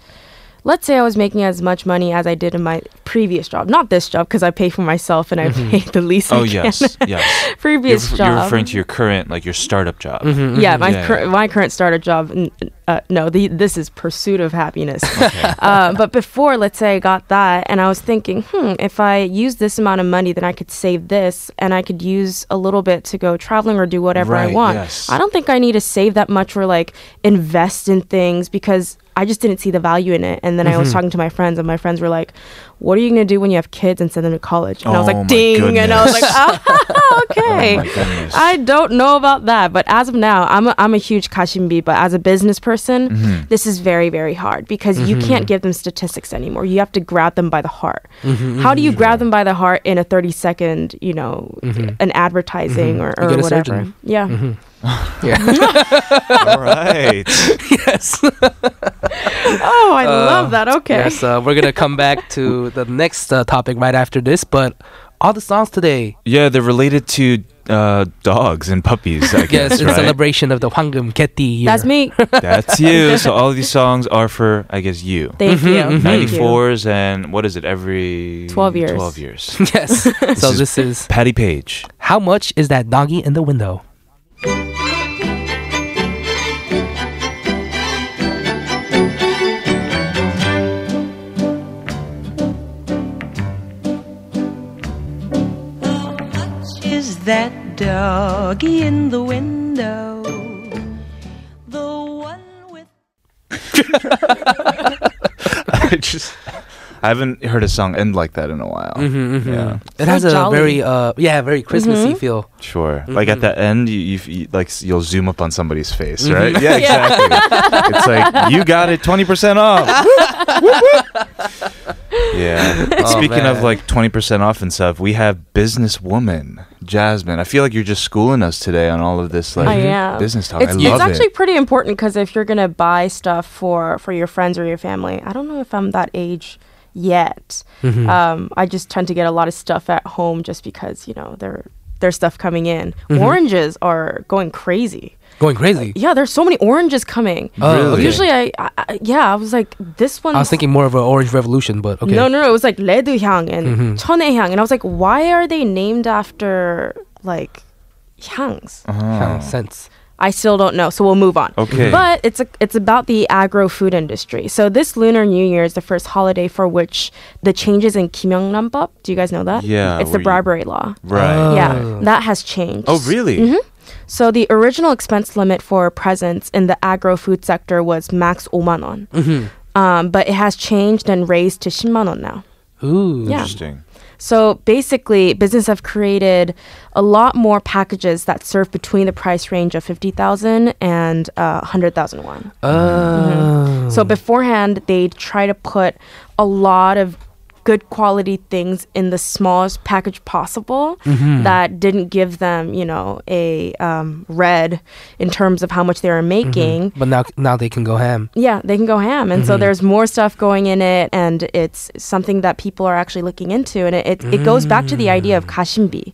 Speaker 7: let's say I was making as much money as I did in my previous job, not this job because I pay for myself and I pay the least.
Speaker 3: Oh
Speaker 7: <laughs> I can.
Speaker 3: yes, yes. You're,
Speaker 7: previous
Speaker 3: f-
Speaker 7: job.
Speaker 3: you're referring to your current, like your startup job.
Speaker 7: yeah, my
Speaker 3: Mm-hmm, Yeah,
Speaker 7: cur-
Speaker 3: yeah.
Speaker 7: my current startup job. n- Uh, no, the, this is pursuit of
Speaker 3: <laughs>
Speaker 7: happiness. <laughs> uh, but before, let's say I got that, and I was thinking, hmm, if I use this amount of money, then I could save this, and I could use a little bit to go traveling or do whatever
Speaker 3: Right,
Speaker 7: I want.
Speaker 3: yes.
Speaker 7: I don't think I need to save that much or like invest in things because. I just didn't see the value in it. And then I
Speaker 3: Mm-hmm.
Speaker 7: was talking to my friends, and my friends were like, What are you going to do when you have kids and send them to college? And I
Speaker 3: Oh
Speaker 7: was
Speaker 3: my Oh
Speaker 7: like, Ding. And I was like, ah, <laughs> Okay.
Speaker 3: my goodness.
Speaker 7: I don't know about that, but as of now, I'm a, I'm a huge Kashimbi, but as a business person,
Speaker 2: Mm-hmm.
Speaker 7: this is very, very hard because you can't give them statistics anymore. You have to grab them by the heart.
Speaker 2: Mm-hmm,
Speaker 7: How do you grab them by the heart in a 30 second, you know, an advertising or,
Speaker 2: Mm-hmm. You
Speaker 7: or
Speaker 2: get a
Speaker 7: whatever?
Speaker 2: surgeon. Mm-hmm.
Speaker 7: Yeah.
Speaker 3: <laughs> All
Speaker 7: <laughs>
Speaker 3: right.
Speaker 2: yes.
Speaker 7: Oh, I love that. Okay.
Speaker 2: Yes, uh, we're gonna come back to the next uh, topic right after this, but all the songs today,
Speaker 3: Yeah, they're related to uh, dogs and puppies. <laughs> I
Speaker 2: yes, in
Speaker 3: guess. right?
Speaker 2: celebration of the Hwangum Getty year.
Speaker 7: That's me.
Speaker 3: That's you. So all of these songs are for, I guess,
Speaker 2: Mm-hmm.
Speaker 3: you.
Speaker 7: Thank you. Thank you.
Speaker 3: 94s and what is it? Every
Speaker 7: 12 years.
Speaker 3: 12
Speaker 7: <laughs>
Speaker 3: years.
Speaker 2: <laughs> Yes. so
Speaker 3: is-
Speaker 2: this is
Speaker 3: Patty Page.
Speaker 2: how much is that doggy in the window?
Speaker 8: Is that doggy in the window? The one with
Speaker 3: <laughs> I just I haven't heard a song end like that in a while.
Speaker 7: Mm-hmm.
Speaker 3: Yeah,
Speaker 2: It has
Speaker 7: So
Speaker 2: a
Speaker 7: jolly. Mm-hmm.
Speaker 2: very uh yeah very Christmassy feel.
Speaker 3: sure. Like at the end, you, you, you like s- you'll zoom up on somebody's face, right? Yeah, exactly. it's like you got it twenty percent off. Whoop, whoop. yeah. Speaking of
Speaker 2: man.
Speaker 3: like twenty percent off and stuff, we have businesswoman Jasmine. I feel like you're just schooling us today on all of this like
Speaker 7: I am.
Speaker 3: business talk.
Speaker 7: It's,
Speaker 3: I
Speaker 7: it's
Speaker 3: love it.
Speaker 7: actually pretty important because if you're gonna buy stuff for for your friends or your family, I don't know if I'm that age yet.
Speaker 2: Mm-hmm.
Speaker 7: Um, I just tend to get a lot of stuff at home just because you know there there's stuff coming in.
Speaker 2: Mm-hmm.
Speaker 7: Oranges are going crazy.
Speaker 2: Going crazy.
Speaker 7: Yeah, there's so many oranges coming.
Speaker 2: Oh, okay.
Speaker 7: Usually, I, I I- yeah, I was like this one.
Speaker 2: I was thinking more of an orange revolution, but okay. Mm-hmm.
Speaker 7: No, no, no. It was like Leduhyang and Chonaehyang, and I was like, why are they named after like hyangs?
Speaker 2: Kind of sense.
Speaker 7: I still don't know, so we'll move on.
Speaker 3: Okay.
Speaker 7: But it's a, it's about the agro food industry. So this Lunar New Year is the first holiday for which the changes in Kimyongnambop. Do you guys know that?
Speaker 3: Yeah,
Speaker 7: It's the
Speaker 3: where you-
Speaker 7: bribery law.
Speaker 3: Right.
Speaker 7: Yeah, that has changed.
Speaker 3: Oh really?
Speaker 7: Mm-hmm. So the original expense limit for presents in the agro food sector was max 5만 won.
Speaker 3: Mm-hmm.
Speaker 7: Um, but it has changed and raised to 10만 won now.
Speaker 2: Ooh.
Speaker 7: Yeah.
Speaker 3: Interesting.
Speaker 7: So basically, business have created a lot more packages that serve between the price range of 50,000 and uh, 100,000 won. Mm-hmm.
Speaker 2: Uh,
Speaker 7: So beforehand, they try to put a lot of good quality things in the smallest package possible that didn't give them, you know, a um, red in terms of how much they are making.
Speaker 2: But now now they can go ham.
Speaker 7: Yeah, they can go ham. And so there's more stuff going in it, and it's something that people are actually looking into. And it, it, it goes back to the idea of kashimbi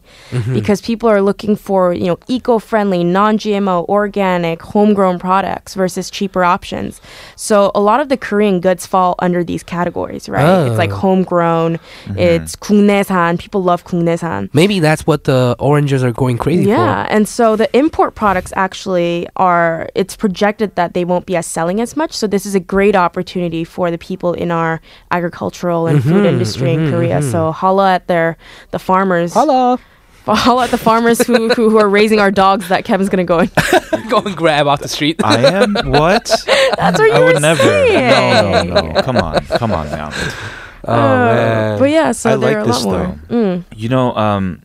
Speaker 7: because people are looking for, you know, eco friendly, non GMO, organic, homegrown products versus cheaper options. So a lot of the Korean goods fall under these categories, right? It's like
Speaker 2: Oh.
Speaker 7: homegrown, it's 국내산. People love 국내산.
Speaker 2: Maybe that's what the oranges are going crazy
Speaker 7: Yeah, and so the import products actually are. It's projected that they won't be as selling as much. So this is a great opportunity for the people in our agricultural and
Speaker 3: Mm-hmm,
Speaker 7: food industry in Korea. So holla at their the farmers.
Speaker 2: for. Hello.
Speaker 7: <laughs>
Speaker 2: <laughs>
Speaker 7: Holla at the farmers who, who who are raising our dogs that Kevin's
Speaker 3: <laughs>
Speaker 7: gonna go in.
Speaker 2: go and grab off the street.
Speaker 3: I am
Speaker 7: <laughs>
Speaker 3: what?
Speaker 7: That's what you
Speaker 3: I
Speaker 7: were
Speaker 3: would never. No,
Speaker 7: saying.
Speaker 3: no, no. Come on, come on now.
Speaker 7: Uh,
Speaker 2: man.
Speaker 7: But yeah, so
Speaker 3: I
Speaker 7: there
Speaker 3: like
Speaker 7: are a
Speaker 3: this
Speaker 7: lot
Speaker 3: though.
Speaker 7: more. Mm.
Speaker 3: You know, um,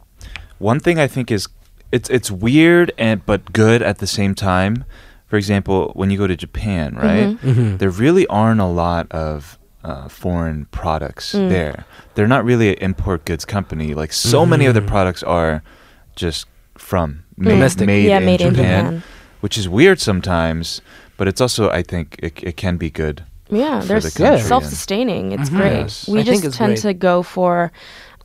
Speaker 3: one thing I think is it's it's weird and but good at the same time. For example, when you go to Japan,
Speaker 7: Mm-hmm.
Speaker 3: right?
Speaker 2: Mm-hmm.
Speaker 3: There really aren't a lot of uh, foreign products
Speaker 7: Mm.
Speaker 3: there. They're not really an import goods company. Like so
Speaker 2: Mm-hmm.
Speaker 3: many of their products are just from made,
Speaker 2: Domestic.
Speaker 3: made
Speaker 7: Mm. Yeah,
Speaker 3: in
Speaker 7: made in
Speaker 3: Japan,
Speaker 7: Japan.
Speaker 3: which is weird sometimes. But it's also, I think, it, it can be good
Speaker 7: Yeah,
Speaker 3: for
Speaker 7: they're
Speaker 3: the country and- Mm-hmm.
Speaker 7: self sustaining. It's
Speaker 2: Mhm.
Speaker 7: great.
Speaker 3: Yes.
Speaker 7: We
Speaker 2: I think it's
Speaker 7: just tend
Speaker 2: great.
Speaker 7: to go for.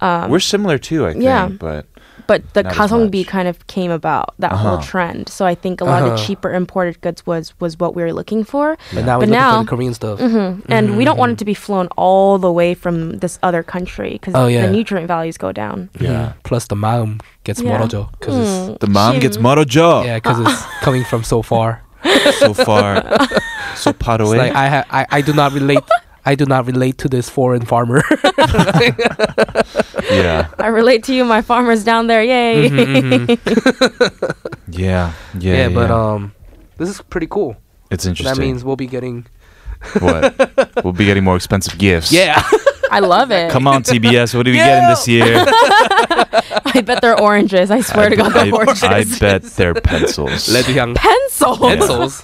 Speaker 7: Um,
Speaker 3: We're similar too, I think.
Speaker 7: Yeah.
Speaker 3: But
Speaker 7: but the
Speaker 3: not as
Speaker 7: kazongbi
Speaker 3: much.
Speaker 7: kind of came about that whole
Speaker 3: Uh-huh.
Speaker 7: trend. So I think a lot of the
Speaker 2: Uh-huh.
Speaker 7: cheaper imported goods was was what we were looking
Speaker 2: <laughs>
Speaker 7: for.
Speaker 2: But now we're
Speaker 7: But
Speaker 2: looking
Speaker 7: now-
Speaker 2: for the Korean stuff.
Speaker 7: hmm And we don't want it to be flown all the way from this other country because
Speaker 2: Mm-hmm. Oh, yeah.
Speaker 7: the nutrient values go down.
Speaker 3: yeah,
Speaker 2: Plus the mom gets
Speaker 7: Mm-hmm. Yeah. Mm.
Speaker 2: morojo because it's
Speaker 3: the mom
Speaker 7: Shim.
Speaker 3: gets Moro Joe
Speaker 2: yeah, 'cause
Speaker 7: <laughs>
Speaker 2: it's coming from so far. <laughs>
Speaker 3: so far, so far
Speaker 2: It's like
Speaker 3: away.
Speaker 2: I, ha- I I do not relate. I do not relate to this foreign
Speaker 7: <laughs>
Speaker 2: farmer. <laughs>
Speaker 3: yeah,
Speaker 7: I relate to you, my farmers down there. Yay!
Speaker 2: Mm-hmm.
Speaker 3: yeah,
Speaker 2: yeah,
Speaker 3: yeah.
Speaker 2: but um, this is pretty cool.
Speaker 3: it's
Speaker 2: That
Speaker 3: interesting.
Speaker 2: means we'll be getting
Speaker 3: <laughs> what? We'll be getting more expensive gifts.
Speaker 7: <laughs>
Speaker 2: <laughs>
Speaker 7: I love it.
Speaker 3: Come on, TBS. What are we getting this
Speaker 2: <laughs>
Speaker 3: year?
Speaker 7: I bet they're oranges. I swear
Speaker 3: I,
Speaker 7: to God,
Speaker 3: I-
Speaker 7: they're oranges.
Speaker 3: I bet
Speaker 2: <laughs>
Speaker 3: they're pencils.
Speaker 2: Ledyang
Speaker 7: Pencils.
Speaker 2: pencils.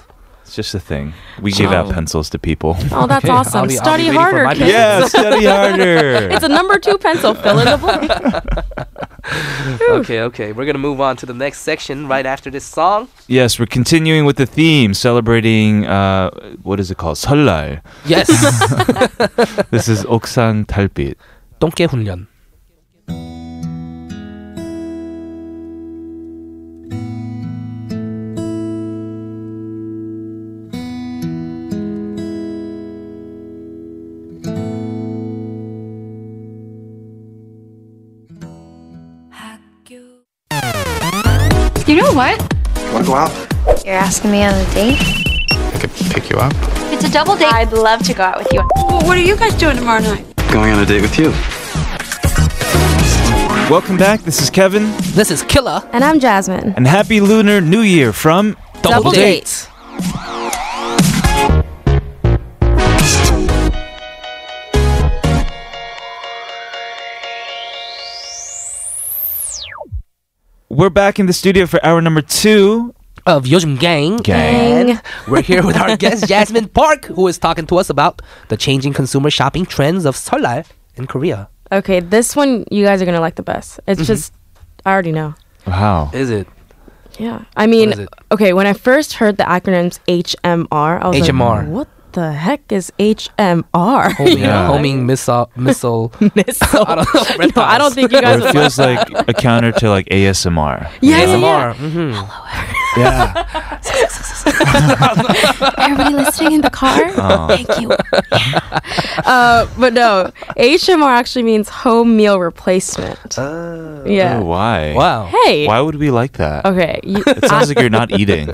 Speaker 3: It's just a thing. We give out pencils
Speaker 2: <laughs>
Speaker 3: to people. <laughs>
Speaker 7: <laughs> Oh, that's
Speaker 2: Okay, I'll
Speaker 7: awesome.
Speaker 2: be- I'll
Speaker 7: Study
Speaker 2: be waiting for
Speaker 7: harder,
Speaker 2: my pencil.
Speaker 7: kids.
Speaker 3: Yeah, study
Speaker 2: <laughs>
Speaker 3: harder.
Speaker 7: <laughs> It's a number two pencil. Fill in the blank.
Speaker 2: Okay, okay. We're gonna move on to the next section right after this song.
Speaker 3: yes, we're continuing with the theme, celebrating uh, what is it called? 설날.
Speaker 2: Yes. <laughs>
Speaker 3: This is 옥상 달빛.
Speaker 2: 똥개 훈련.
Speaker 9: You know what?
Speaker 6: Want to go out?
Speaker 9: You're asking me on a date?
Speaker 6: I could pick you up.
Speaker 9: It's a double date. I'd love to go out with you.
Speaker 8: What are you guys doing tomorrow night?
Speaker 10: Going on a date with you.
Speaker 3: Welcome back. This is Kevin,
Speaker 2: This is Killer.
Speaker 7: And I'm Jasmine.
Speaker 3: and happy Lunar New Year from
Speaker 7: Double date.
Speaker 3: We're back in the studio for hour number two.
Speaker 2: of Yojim Gang.
Speaker 3: Gang.
Speaker 2: And we're here with our guest Jasmine Park, who is talking to us about the changing consumer shopping trends of Seollal in Korea.
Speaker 7: Okay, this one you guys are gonna like the best. It's
Speaker 2: Mm-hmm.
Speaker 7: just I already know.
Speaker 3: Wow.
Speaker 2: Is it?
Speaker 7: Yeah.
Speaker 2: What
Speaker 7: I
Speaker 2: is
Speaker 7: mean,
Speaker 2: it?
Speaker 7: okay, when I first heard the acronyms HMR, I was
Speaker 2: HMR.
Speaker 7: like, what the heck is <laughs> HMR?
Speaker 2: Homing,
Speaker 3: Yeah.
Speaker 2: homing missile,
Speaker 7: <laughs>
Speaker 2: missile.
Speaker 3: <laughs>
Speaker 7: Missile.
Speaker 2: I don't know.
Speaker 7: no, I don't think you
Speaker 3: Or
Speaker 7: guys
Speaker 3: it
Speaker 7: would
Speaker 3: feels like a counter to like ASMR.
Speaker 7: <laughs> Yeah, yeah, yeah.
Speaker 2: ASMR. mhm.
Speaker 3: Yeah.
Speaker 9: Everybody listening in the car?
Speaker 3: Um,
Speaker 9: Thank you.
Speaker 7: <laughs> Uh, but no, HMR actually means home meal replacement. yeah.
Speaker 3: Oh, why?
Speaker 2: Wow.
Speaker 7: Hey.
Speaker 3: Why would we like that?
Speaker 7: Okay. You,
Speaker 3: <laughs> It sounds like you're not eating.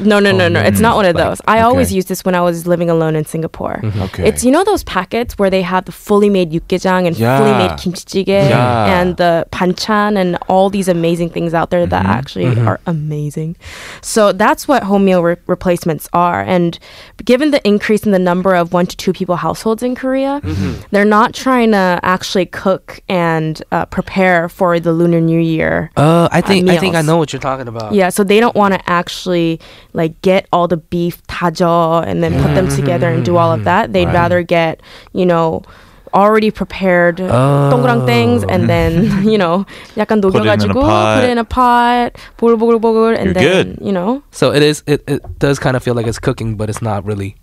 Speaker 7: no, no, no, no. It's not one of
Speaker 3: Like-
Speaker 7: those. I always
Speaker 3: okay. Mm-hmm.
Speaker 7: used this when I was living alone in Singapore.
Speaker 3: <laughs> Okay.
Speaker 7: It's you know those packets where they have the fully made yukgaejang and fully
Speaker 3: Yeah.
Speaker 7: made kimchi jjigae
Speaker 3: Yeah.
Speaker 7: and the panchan and all these amazing things out there that
Speaker 3: Mm-hmm.
Speaker 7: actually are amazing. So that's what home meal re- replacements are. And given the increase in the number of one to two people households in Korea,
Speaker 3: Mm-hmm.
Speaker 7: they're not trying to actually cook and uh, prepare for the Lunar New Year.
Speaker 2: Uh, I think I think I
Speaker 7: meals.
Speaker 2: know what you're talking about.
Speaker 7: Yeah, so they don't want to actually like get all the beef tajo and then put them
Speaker 3: Mm-hmm.
Speaker 7: together and do all of that. They'd rather get you know already prepared 동그랑 things and
Speaker 3: <laughs>
Speaker 7: then you know 약간
Speaker 3: Oh. it in a
Speaker 7: 녹여가지고 put
Speaker 3: pot.
Speaker 7: it in a pot, 보글보글보글, and
Speaker 3: You're
Speaker 7: then
Speaker 3: good.
Speaker 7: you know
Speaker 2: So it is. It, it does kind of feel like it's cooking, but it's not really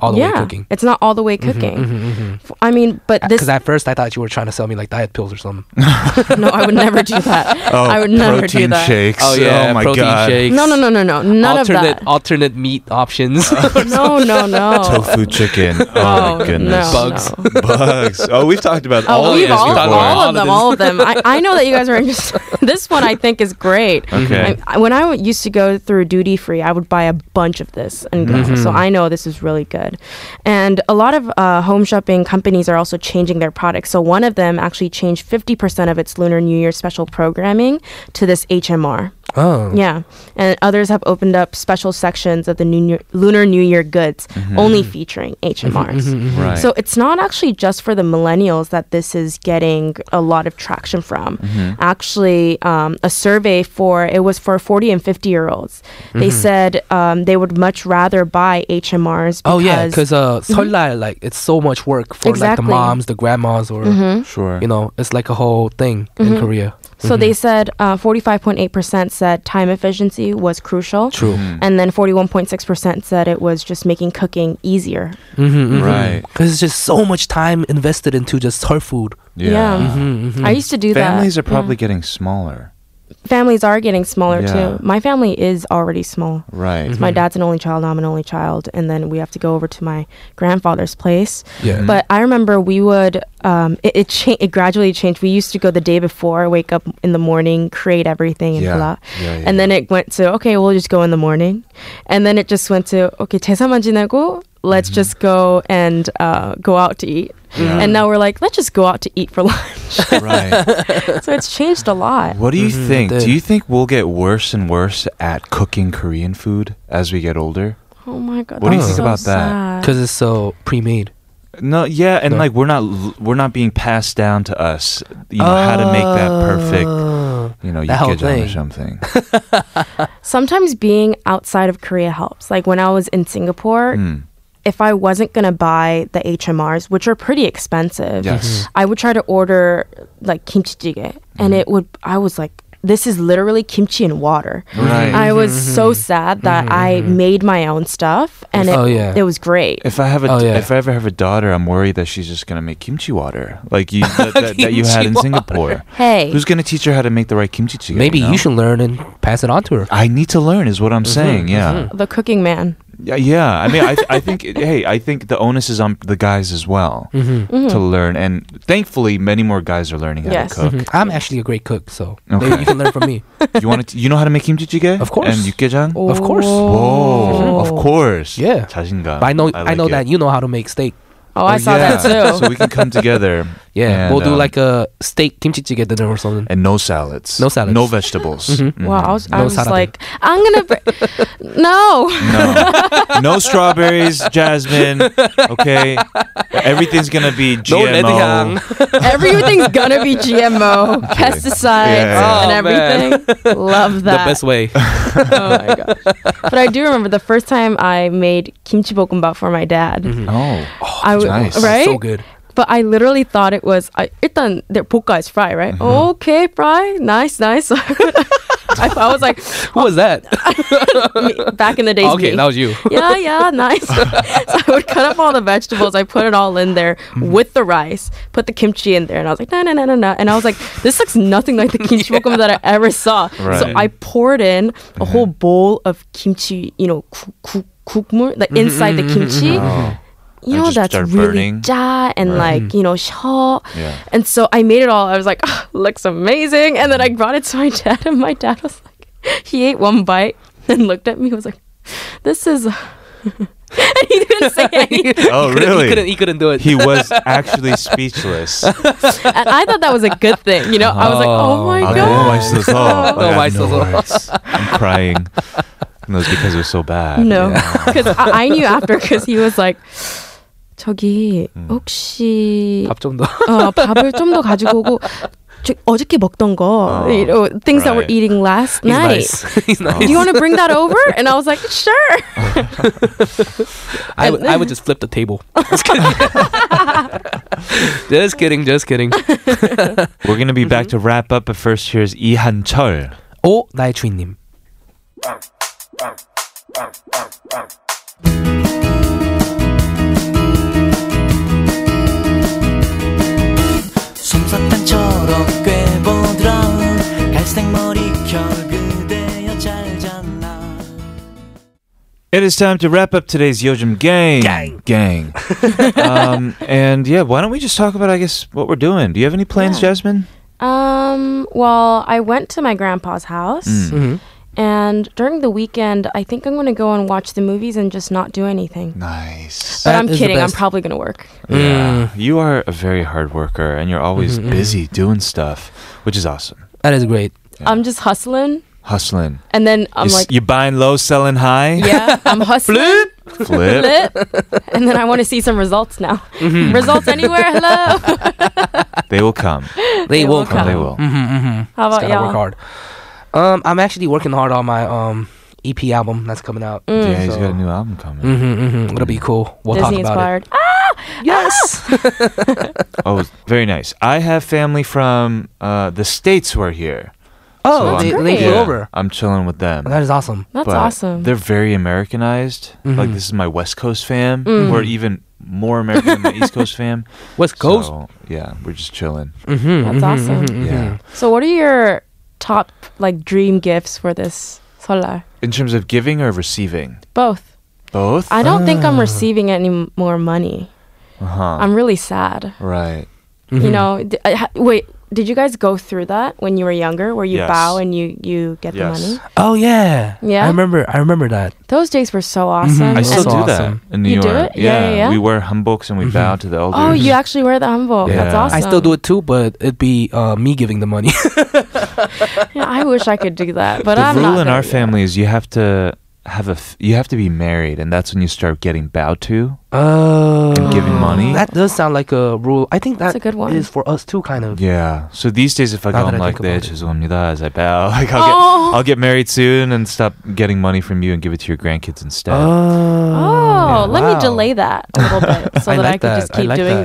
Speaker 2: all the
Speaker 7: yeah,
Speaker 2: way cooking.
Speaker 7: it's not all the way
Speaker 3: Mm-hmm,
Speaker 7: cooking. F- I
Speaker 3: Uh,
Speaker 7: mean, but this
Speaker 2: Because at first I thought you were trying to sell me like diet pills or something.
Speaker 7: <laughs> no, I would never do that.
Speaker 3: <laughs> Oh,
Speaker 7: I would never
Speaker 3: protein
Speaker 7: do that.
Speaker 3: shakes. Oh my
Speaker 2: protein
Speaker 3: god.
Speaker 2: shakes.
Speaker 7: No, no, no, no, no, none
Speaker 2: alternate
Speaker 7: of that.
Speaker 2: alternate meat options.
Speaker 7: No, no, no.
Speaker 3: <laughs> Tofu chicken.
Speaker 7: <laughs>
Speaker 3: Oh
Speaker 7: no,
Speaker 3: my
Speaker 2: no.
Speaker 3: goodness.
Speaker 2: Bugs.
Speaker 7: no.
Speaker 3: Bugs. Oh, we've talked about
Speaker 7: Oh,
Speaker 3: all of
Speaker 7: we've
Speaker 3: this
Speaker 7: all,
Speaker 3: before.
Speaker 7: all of them,
Speaker 2: this.
Speaker 7: all of them. I, I know that you guys are interested. <laughs> this one I think is great.
Speaker 3: Okay.
Speaker 7: I, when I w- used to go through duty free, I would buy a bunch of this, and go.
Speaker 3: Mm-hmm.
Speaker 7: so I know this is really good. And a lot of uh, home shopping companies are also changing their products. So one of them actually changed fifty percent of its Lunar New Year special programming to this HMR.
Speaker 3: <laughs>
Speaker 2: oh.
Speaker 7: Yeah, and others have opened up special sections of the new Year- Lunar New Year goods
Speaker 3: Mm-hmm.
Speaker 7: only featuring HMRs.
Speaker 3: Right.
Speaker 7: So it's not actually just for the millennials that this is getting a lot of traction from.
Speaker 3: Mm-hmm.
Speaker 7: Actually, um, a survey for it was for 40 and 50 year olds. They
Speaker 3: Mm-hmm.
Speaker 7: said um, they would much rather buy HMRs. Because
Speaker 2: Oh yeah, because uh, 설날 like it's so much work for like the
Speaker 7: Exactly.
Speaker 2: moms, the grandmas, or
Speaker 7: Mm.
Speaker 3: sure.
Speaker 2: you know, it's like a whole thing in Korea. Mm-hmm.
Speaker 7: So
Speaker 3: Mm-hmm.
Speaker 7: they said uh, 45.8% said time efficiency was crucial.
Speaker 2: True.
Speaker 3: Mm.
Speaker 7: And then 41.6% said it was just making cooking easier.
Speaker 2: Mm-hmm,
Speaker 3: Right.
Speaker 2: Because it's just so much time invested into just her food.
Speaker 3: Yeah.
Speaker 2: Mm-hmm,
Speaker 7: I used to do that.
Speaker 3: Mm. Families are
Speaker 7: Yeah.
Speaker 3: probably getting smaller.
Speaker 7: Families are getting smaller
Speaker 3: Yeah.
Speaker 7: too. My family is already small. <laughs>
Speaker 3: Right.
Speaker 7: My dad's an only child, I'm an only child. And then we have to go over to my grandfather's place.
Speaker 3: Mm-hmm.
Speaker 2: Yeah.
Speaker 7: But I remember we would, um, it, it, cha- it gradually changed. We used to go the day before, wake up in the morning, create everything and
Speaker 3: Yeah.
Speaker 7: fill out.
Speaker 3: Yeah, yeah,
Speaker 7: and then it went to, okay, we'll just go in the morning. And then it just went to, okay, 제사만 지내고, let's just go and uh, go out to eat.
Speaker 3: Mm-hmm. Yeah.
Speaker 7: And now we're like, let's just go out to eat for <laughs> lunch.
Speaker 3: <laughs> right.
Speaker 7: so it's changed a lot.
Speaker 3: What do you
Speaker 2: Mhm,
Speaker 3: think?
Speaker 2: it
Speaker 3: Do
Speaker 2: did.
Speaker 3: you think we'll get worse and worse at cooking Korean food as we get older?
Speaker 7: Oh my God.
Speaker 3: What do you
Speaker 7: that's
Speaker 3: think
Speaker 7: so
Speaker 3: about that?
Speaker 7: sad.
Speaker 2: Because it's so pre-made.
Speaker 3: No, yeah, and
Speaker 2: No.
Speaker 3: like we're not l- we're not being passed down to us, you know, how to make that perfect,
Speaker 2: Oh.
Speaker 3: you know,
Speaker 2: that whole
Speaker 3: yukgaejeon or
Speaker 2: thing. <laughs>
Speaker 3: something.
Speaker 7: Sometimes being outside of Korea helps. Like when I was in Singapore,
Speaker 3: Mm,
Speaker 7: if I wasn't going to buy the HMRs, which are pretty expensive,
Speaker 3: Yes.
Speaker 7: I would try to order like kimchi jjigae
Speaker 3: Mm-hmm.
Speaker 7: and it would I was like this is literally kimchi and water.
Speaker 2: Mm-hmm.
Speaker 3: Right.
Speaker 7: I was so sad that I made my own stuff and it,
Speaker 2: Oh, yeah.
Speaker 7: it was great.
Speaker 3: If I have a
Speaker 2: Oh, yeah.
Speaker 3: if I ever have a daughter, I'm worried that she's just gonna make kimchi water like
Speaker 2: <laughs>
Speaker 3: you that, that, that you had in
Speaker 2: Kimchi
Speaker 3: Singapore.
Speaker 7: Hey.
Speaker 3: Who's gonna teach her how to make the right kimchi jjigae?
Speaker 2: Maybe
Speaker 3: know?
Speaker 2: you should Mm-hmm, learn and pass it on to her.
Speaker 3: I need to learn, is what I'm saying. Yeah.
Speaker 7: the cooking man.
Speaker 3: Yeah, yeah. I mean, I, I think, <laughs> hey, I think the onus is on the guys as well
Speaker 2: Mm-hmm.
Speaker 3: to learn. And thankfully, many more guys are learning how
Speaker 7: Yes.
Speaker 3: to cook.
Speaker 2: Mm-hmm. I'm actually a great cook, so
Speaker 3: Okay.
Speaker 2: maybe you can learn from me.
Speaker 3: You want to, you know how to make kimchi jjigae?
Speaker 2: Mm-hmm. Of course.
Speaker 3: And yukgaejang?
Speaker 2: Of course.
Speaker 3: Oh. Whoa, of course.
Speaker 2: Yeah.
Speaker 3: 자신감.
Speaker 2: But I know, I, know
Speaker 3: like
Speaker 2: that
Speaker 3: it.
Speaker 2: you know how to make steak.
Speaker 7: Oh, I
Speaker 3: Oh,
Speaker 7: saw
Speaker 3: yeah. <laughs>
Speaker 7: that
Speaker 3: so
Speaker 7: too.
Speaker 3: we can come together.
Speaker 2: <laughs> Yeah,
Speaker 3: and,
Speaker 2: we'll do
Speaker 3: um,
Speaker 2: like a steak kimchi jjigae dinner or something.
Speaker 3: and no salads.
Speaker 2: No salads. Mm-hmm.
Speaker 3: No vegetables. Mhm.
Speaker 7: Wow, I was, I
Speaker 2: No
Speaker 7: was
Speaker 2: salad.
Speaker 7: like, I'm gonna.
Speaker 3: <laughs>
Speaker 7: Br- no,
Speaker 3: No. no strawberries, Jasmine. Okay. Everything's gonna be GMO.
Speaker 7: everything's gonna
Speaker 3: <laughs>
Speaker 7: be GMO, pesticides,
Speaker 3: Yeah,
Speaker 7: and
Speaker 2: yeah. Oh,
Speaker 7: everything. Love
Speaker 2: <laughs> the
Speaker 7: that.
Speaker 2: best way.
Speaker 7: oh my gosh. But I do remember the first time I made kimchi bokkeumbap for my dad.
Speaker 3: Oh.
Speaker 7: I w-
Speaker 3: nice.
Speaker 7: <laughs> right?
Speaker 2: Mm-hmm. So good.
Speaker 7: But I literally thought it was I 일단 their 볶아 is fry, right?
Speaker 3: Mm-hmm.
Speaker 7: Okay, fry. Nice, nice. <laughs> I, I was like <laughs>
Speaker 2: Who was that?
Speaker 7: me- back in the days
Speaker 2: <laughs> okay,
Speaker 7: me.
Speaker 2: that was you.
Speaker 7: <laughs> yeah, yeah, nice. so I would cut up all the vegetables. I put it all in there with the rice, put the kimchi in there, and I was like, no, no, no, no, no. And I was like, this looks nothing like the kimchi bokkeumbap that I ever saw. So
Speaker 3: Right.
Speaker 7: I poured in a whole bowl of kimchi, you know, ku- ku- kukmur, like inside the kimchi.
Speaker 3: Oh.
Speaker 7: You
Speaker 3: And
Speaker 7: know
Speaker 3: just
Speaker 7: that's
Speaker 3: start
Speaker 7: really
Speaker 3: burning.
Speaker 7: ja and like you know shaw,
Speaker 3: Yeah.
Speaker 7: and so I made it all. I was like, oh, looks amazing, and then I
Speaker 3: Mm.
Speaker 7: brought it to my dad, and my dad was like, he ate one bite and looked at me, was like, this is <laughs> and he didn't
Speaker 3: <laughs>
Speaker 7: say anything.
Speaker 3: Oh,
Speaker 2: he couldn't-
Speaker 3: really?
Speaker 2: He couldn't, he couldn't do it.
Speaker 3: he was actually
Speaker 7: <laughs>
Speaker 3: speechless.
Speaker 7: Oh and I thought that was a good thing. You know, I was like, oh my
Speaker 3: 아, 너무
Speaker 7: god. Oh
Speaker 3: 맛있어서.
Speaker 7: <laughs>
Speaker 2: 너무
Speaker 3: I have
Speaker 2: 맛있어서.
Speaker 3: words. I'm crying. And it was because it was so bad.
Speaker 7: No, <laughs>
Speaker 3: Yeah.
Speaker 7: because I, I knew after because he was like, 저기
Speaker 3: Hmm.
Speaker 7: 혹시
Speaker 2: 밥좀 더.
Speaker 7: 어, 밥을 좀 더 가지고 오고 저, 어저께 먹던 거,
Speaker 3: Oh,
Speaker 7: you know, things that we're
Speaker 3: right.
Speaker 7: eating
Speaker 2: <laughs>
Speaker 7: last
Speaker 2: He's
Speaker 7: night.
Speaker 2: nice. <laughs> He's
Speaker 3: Oh.
Speaker 2: nice.
Speaker 7: Do you want to bring that over? And I was like, sure.
Speaker 2: I would, I would just flip the
Speaker 7: <laughs>
Speaker 2: table. <laughs> Just kidding. just kidding. Just
Speaker 7: <laughs>
Speaker 2: kidding.
Speaker 3: We're going to be back
Speaker 7: Mm-hmm.
Speaker 3: to wrap up, but first here's Lee Han Chol.
Speaker 2: 오 나의 주인님.
Speaker 4: 솜사탕처럼 꽤 부드러운 갈색 머리결 그대여 잘 잤나
Speaker 3: It is time to wrap up today's Yojim Gang. Gang.
Speaker 7: <laughs>
Speaker 3: Gang. um, and yeah, why don't we just talk about, I guess, what we're doing? Do you have any plans, Jasmine?
Speaker 7: Um, well, I went to my grandpa's house.
Speaker 2: Mhm.
Speaker 7: And during the weekend, I think I'm going to go and watch the movies and just not do anything.
Speaker 3: Nice.
Speaker 7: But
Speaker 2: That
Speaker 7: I'm
Speaker 2: is the
Speaker 7: kidding. I'm
Speaker 2: best.
Speaker 7: probably going to work.
Speaker 3: Uh, Yeah. You are a very hard worker and you're always
Speaker 7: Mm-hmm.
Speaker 3: busy doing stuff, which is awesome.
Speaker 2: That is great.
Speaker 7: I'm just hustling.
Speaker 3: Hustling.
Speaker 7: And then I'm
Speaker 3: you,
Speaker 7: like,
Speaker 3: you buying low, selling high.
Speaker 7: <laughs> yeah, I'm hustling.
Speaker 3: Flip.
Speaker 7: flip. And then I want to see some results now.
Speaker 2: Mm-hmm.
Speaker 7: results anywhere?
Speaker 2: <laughs>
Speaker 7: Hello.
Speaker 3: They will come.
Speaker 2: They, will
Speaker 7: will
Speaker 2: come.
Speaker 3: They
Speaker 7: Mm-hmm.
Speaker 3: will.
Speaker 7: How
Speaker 2: Just
Speaker 7: about
Speaker 2: gotta work
Speaker 7: y'all?
Speaker 2: hard. Um, I'm actually working hard on my um EP album that's coming out.
Speaker 7: Mm. Mm-hmm.
Speaker 3: Yeah, he's
Speaker 2: So-
Speaker 3: got a new album coming.
Speaker 2: Mm-hmm, mm-hmm. It'll be cool. We'll
Speaker 7: Disney
Speaker 2: talk about
Speaker 7: inspired. Ah!
Speaker 2: Yes.
Speaker 3: Oh, very nice. I have family from uh, the states who are here.
Speaker 2: oh,
Speaker 3: I'm-
Speaker 2: they, they flew
Speaker 3: yeah,
Speaker 2: over.
Speaker 3: I'm chilling with them.
Speaker 2: That is awesome.
Speaker 7: That's
Speaker 3: but
Speaker 7: awesome. Mm-hmm.
Speaker 3: They're very Americanized.
Speaker 2: Mhm.
Speaker 3: Like this is my West Coast fam, or even more American than my East Coast
Speaker 7: <laughs>
Speaker 3: fam.
Speaker 2: West Coast.
Speaker 3: So, yeah, we're just chilling.
Speaker 2: Mhm,
Speaker 7: That's
Speaker 2: mhm,
Speaker 7: awesome.
Speaker 2: mhm, mhm.
Speaker 3: Yeah.
Speaker 7: So, what are your top like dream gifts for this solar?
Speaker 3: In terms of giving or receiving,
Speaker 7: Both.
Speaker 3: both.
Speaker 7: I don't think
Speaker 3: Ah.
Speaker 7: I'm receiving any m- more money.
Speaker 3: uh-huh.
Speaker 7: I'm really sad.
Speaker 3: right.
Speaker 2: Mm-hmm.
Speaker 3: Mm-hmm.
Speaker 7: You know, d- I ha- wait, did you guys go through that when you were younger where you
Speaker 3: Yes.
Speaker 7: bow and you you get
Speaker 3: Yes.
Speaker 7: the money?
Speaker 2: Oh yeah.
Speaker 7: Yeah?
Speaker 2: I remember. I remember that.
Speaker 7: Those days were so awesome.
Speaker 3: Mm-hmm. I still
Speaker 7: And-
Speaker 2: so
Speaker 3: do
Speaker 2: awesome.
Speaker 3: that in New
Speaker 7: You do
Speaker 3: York.
Speaker 7: it? Yeah, yeah, yeah.
Speaker 3: we wear humbugs and we bow to the elders.
Speaker 7: Oh, you actually wear the hanbok. That's
Speaker 3: Mm-hmm. Yeah.
Speaker 7: awesome.
Speaker 2: I still do it too, but it'd be uh, me giving the money. <laughs>
Speaker 7: Yeah, I wish I could do that, but
Speaker 3: the
Speaker 7: I'm
Speaker 3: rule
Speaker 7: not.
Speaker 3: in
Speaker 7: there
Speaker 3: our
Speaker 7: yet.
Speaker 3: family is you have to have a f- you have to be married, and that's when you start getting bowed to.
Speaker 2: Oh.
Speaker 3: And giving money?
Speaker 2: That does sound like a rule. I think that
Speaker 7: That's a good one.
Speaker 2: is for us too, kind of.
Speaker 3: Yeah. So these days, if I
Speaker 2: Now
Speaker 3: go,
Speaker 2: that
Speaker 3: I'm
Speaker 2: I
Speaker 3: like,
Speaker 2: think about
Speaker 3: "네,
Speaker 2: it.
Speaker 3: 죄송합니다," as I bow, <laughs> like I'll,
Speaker 7: Oh.
Speaker 3: get, I'll get married soon and stop getting money from you and give it to your grandkids instead.
Speaker 7: Oh,
Speaker 2: Oh.
Speaker 7: let me delay that a little bit so
Speaker 3: <laughs>
Speaker 2: I
Speaker 7: that I
Speaker 2: like
Speaker 7: could
Speaker 2: that.
Speaker 7: just
Speaker 2: I
Speaker 7: keep
Speaker 2: like
Speaker 7: doing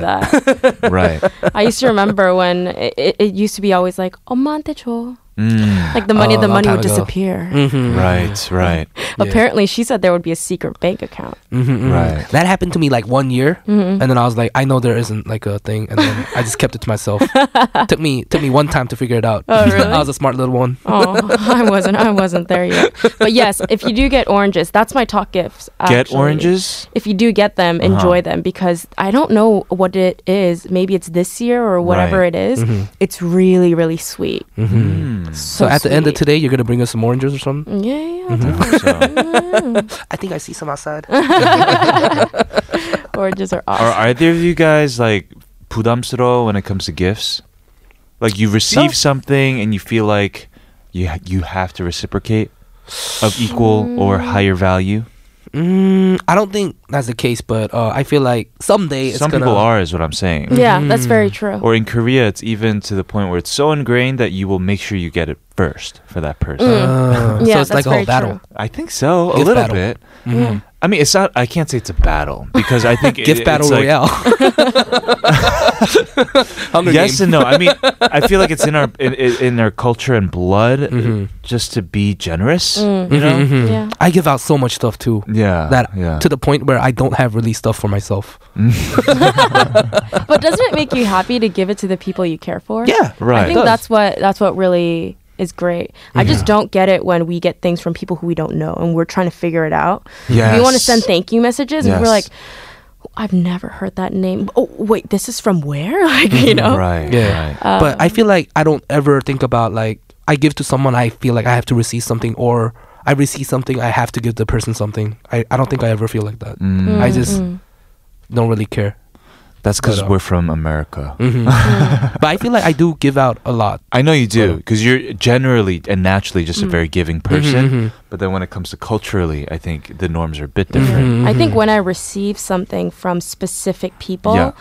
Speaker 2: <laughs>
Speaker 7: that.
Speaker 3: right.
Speaker 7: I used to remember when it, it, it used to be always like "Oh, "엄마한테 줘," <laughs>
Speaker 3: Mm,
Speaker 7: like the money,
Speaker 2: Oh, a
Speaker 7: the
Speaker 2: long
Speaker 7: money
Speaker 2: time
Speaker 7: would
Speaker 2: ago.
Speaker 7: disappear.
Speaker 2: Mm-hmm.
Speaker 3: right. Right.
Speaker 2: Yeah.
Speaker 7: Apparently, she said there would be a secret bank account.
Speaker 2: Mm-hmm,
Speaker 3: Right.
Speaker 2: That happened to me like one year, <laughs>
Speaker 7: Mm-hmm.
Speaker 2: and then I was like, I know there isn't like a thing, and then I just kept it to
Speaker 7: <laughs>
Speaker 2: myself. took me took me one time to figure it out.
Speaker 7: Oh, really?
Speaker 2: <laughs> I was a smart little one.
Speaker 7: Oh, I wasn't, I wasn't there yet. But yes, if you do get oranges, that's my top gifts.
Speaker 3: Get
Speaker 7: actually.
Speaker 3: oranges.
Speaker 7: If you do get them,
Speaker 3: Uh-huh.
Speaker 7: enjoy them because I don't know what it is. Maybe it's this year or whatever
Speaker 3: Right.
Speaker 7: it is. It's really, really sweet.
Speaker 2: Mm-hmm.
Speaker 3: Mm.
Speaker 2: So, at the end of today, Mm-hmm. you're gonna bring us some oranges or something.
Speaker 7: Yeah, yeah, Mm-hmm.
Speaker 3: I hope so.
Speaker 2: <laughs> I think I see some <laughs> outside.
Speaker 7: <laughs> oranges are awesome.
Speaker 3: Are either of you guys like 부담스러워 when it comes to gifts? Like you receive something and you feel like you ha- you have to reciprocate of equal or higher value.
Speaker 2: Mm, I don't think that's the case, but uh, I feel like someday it's
Speaker 3: Some
Speaker 2: gonna.
Speaker 3: people are, is what I'm saying.
Speaker 7: Yeah, that's very
Speaker 3: Mm-hmm.
Speaker 7: true.
Speaker 3: Or in Korea, it's even to the point where it's so ingrained that you will make sure you get it first for that person.
Speaker 2: Uh,
Speaker 7: Hmm. yeah,
Speaker 2: so it's like
Speaker 7: that's
Speaker 2: a whole
Speaker 7: very Hmm.
Speaker 2: battle.
Speaker 7: true.
Speaker 3: I think so, a
Speaker 2: Gift
Speaker 3: little
Speaker 2: battle.
Speaker 3: bit. I mean, it's not. I can't say it's a battle because I think it-
Speaker 2: <laughs> Gift battle
Speaker 3: it's like- <laughs>
Speaker 2: royale. Hunger
Speaker 3: yes
Speaker 2: Games.
Speaker 3: and no. I mean, I feel like it's in our in, in in our culture and blood
Speaker 2: Mhm.
Speaker 3: just to be generous.
Speaker 7: Mm.
Speaker 3: <laughs> You know?
Speaker 2: Mhm, mhm.
Speaker 7: Yeah.
Speaker 2: I give out so much stuff too.
Speaker 3: Yeah.
Speaker 2: That
Speaker 3: yeah.
Speaker 2: to the point where I don't have really stuff for myself.
Speaker 7: But doesn't it make you happy to give it to the people you care for?
Speaker 3: right.
Speaker 7: I think that's what that's what really is great. I just don't get it when we get things from people who we don't know and we're trying to figure it out.
Speaker 3: Yes.
Speaker 7: We want to send thank you messages and we're like
Speaker 3: Yes.
Speaker 7: I've never heard that name. Oh wait, this is from where? <laughs> Like, you know.
Speaker 3: Mm-hmm. Right.
Speaker 2: Yeah. Um,
Speaker 3: Right.
Speaker 2: but I feel like I don't ever think about like I give to someone I feel like I have to receive something or I receive something I have to give the person something. I, I don't think I ever feel like that.
Speaker 3: Mm.
Speaker 2: I just don't really care.
Speaker 3: That's because
Speaker 2: But, uh,
Speaker 3: we're from America.
Speaker 2: <laughs> but I feel like I do give out a lot.
Speaker 3: I know you do because you're generally and naturally just a
Speaker 2: Mm.
Speaker 3: very giving
Speaker 2: Mm-hmm.
Speaker 3: person. But then when it comes to culturally, I think the norms are a bit different.
Speaker 7: I think when I receive something from specific people,
Speaker 3: Yeah.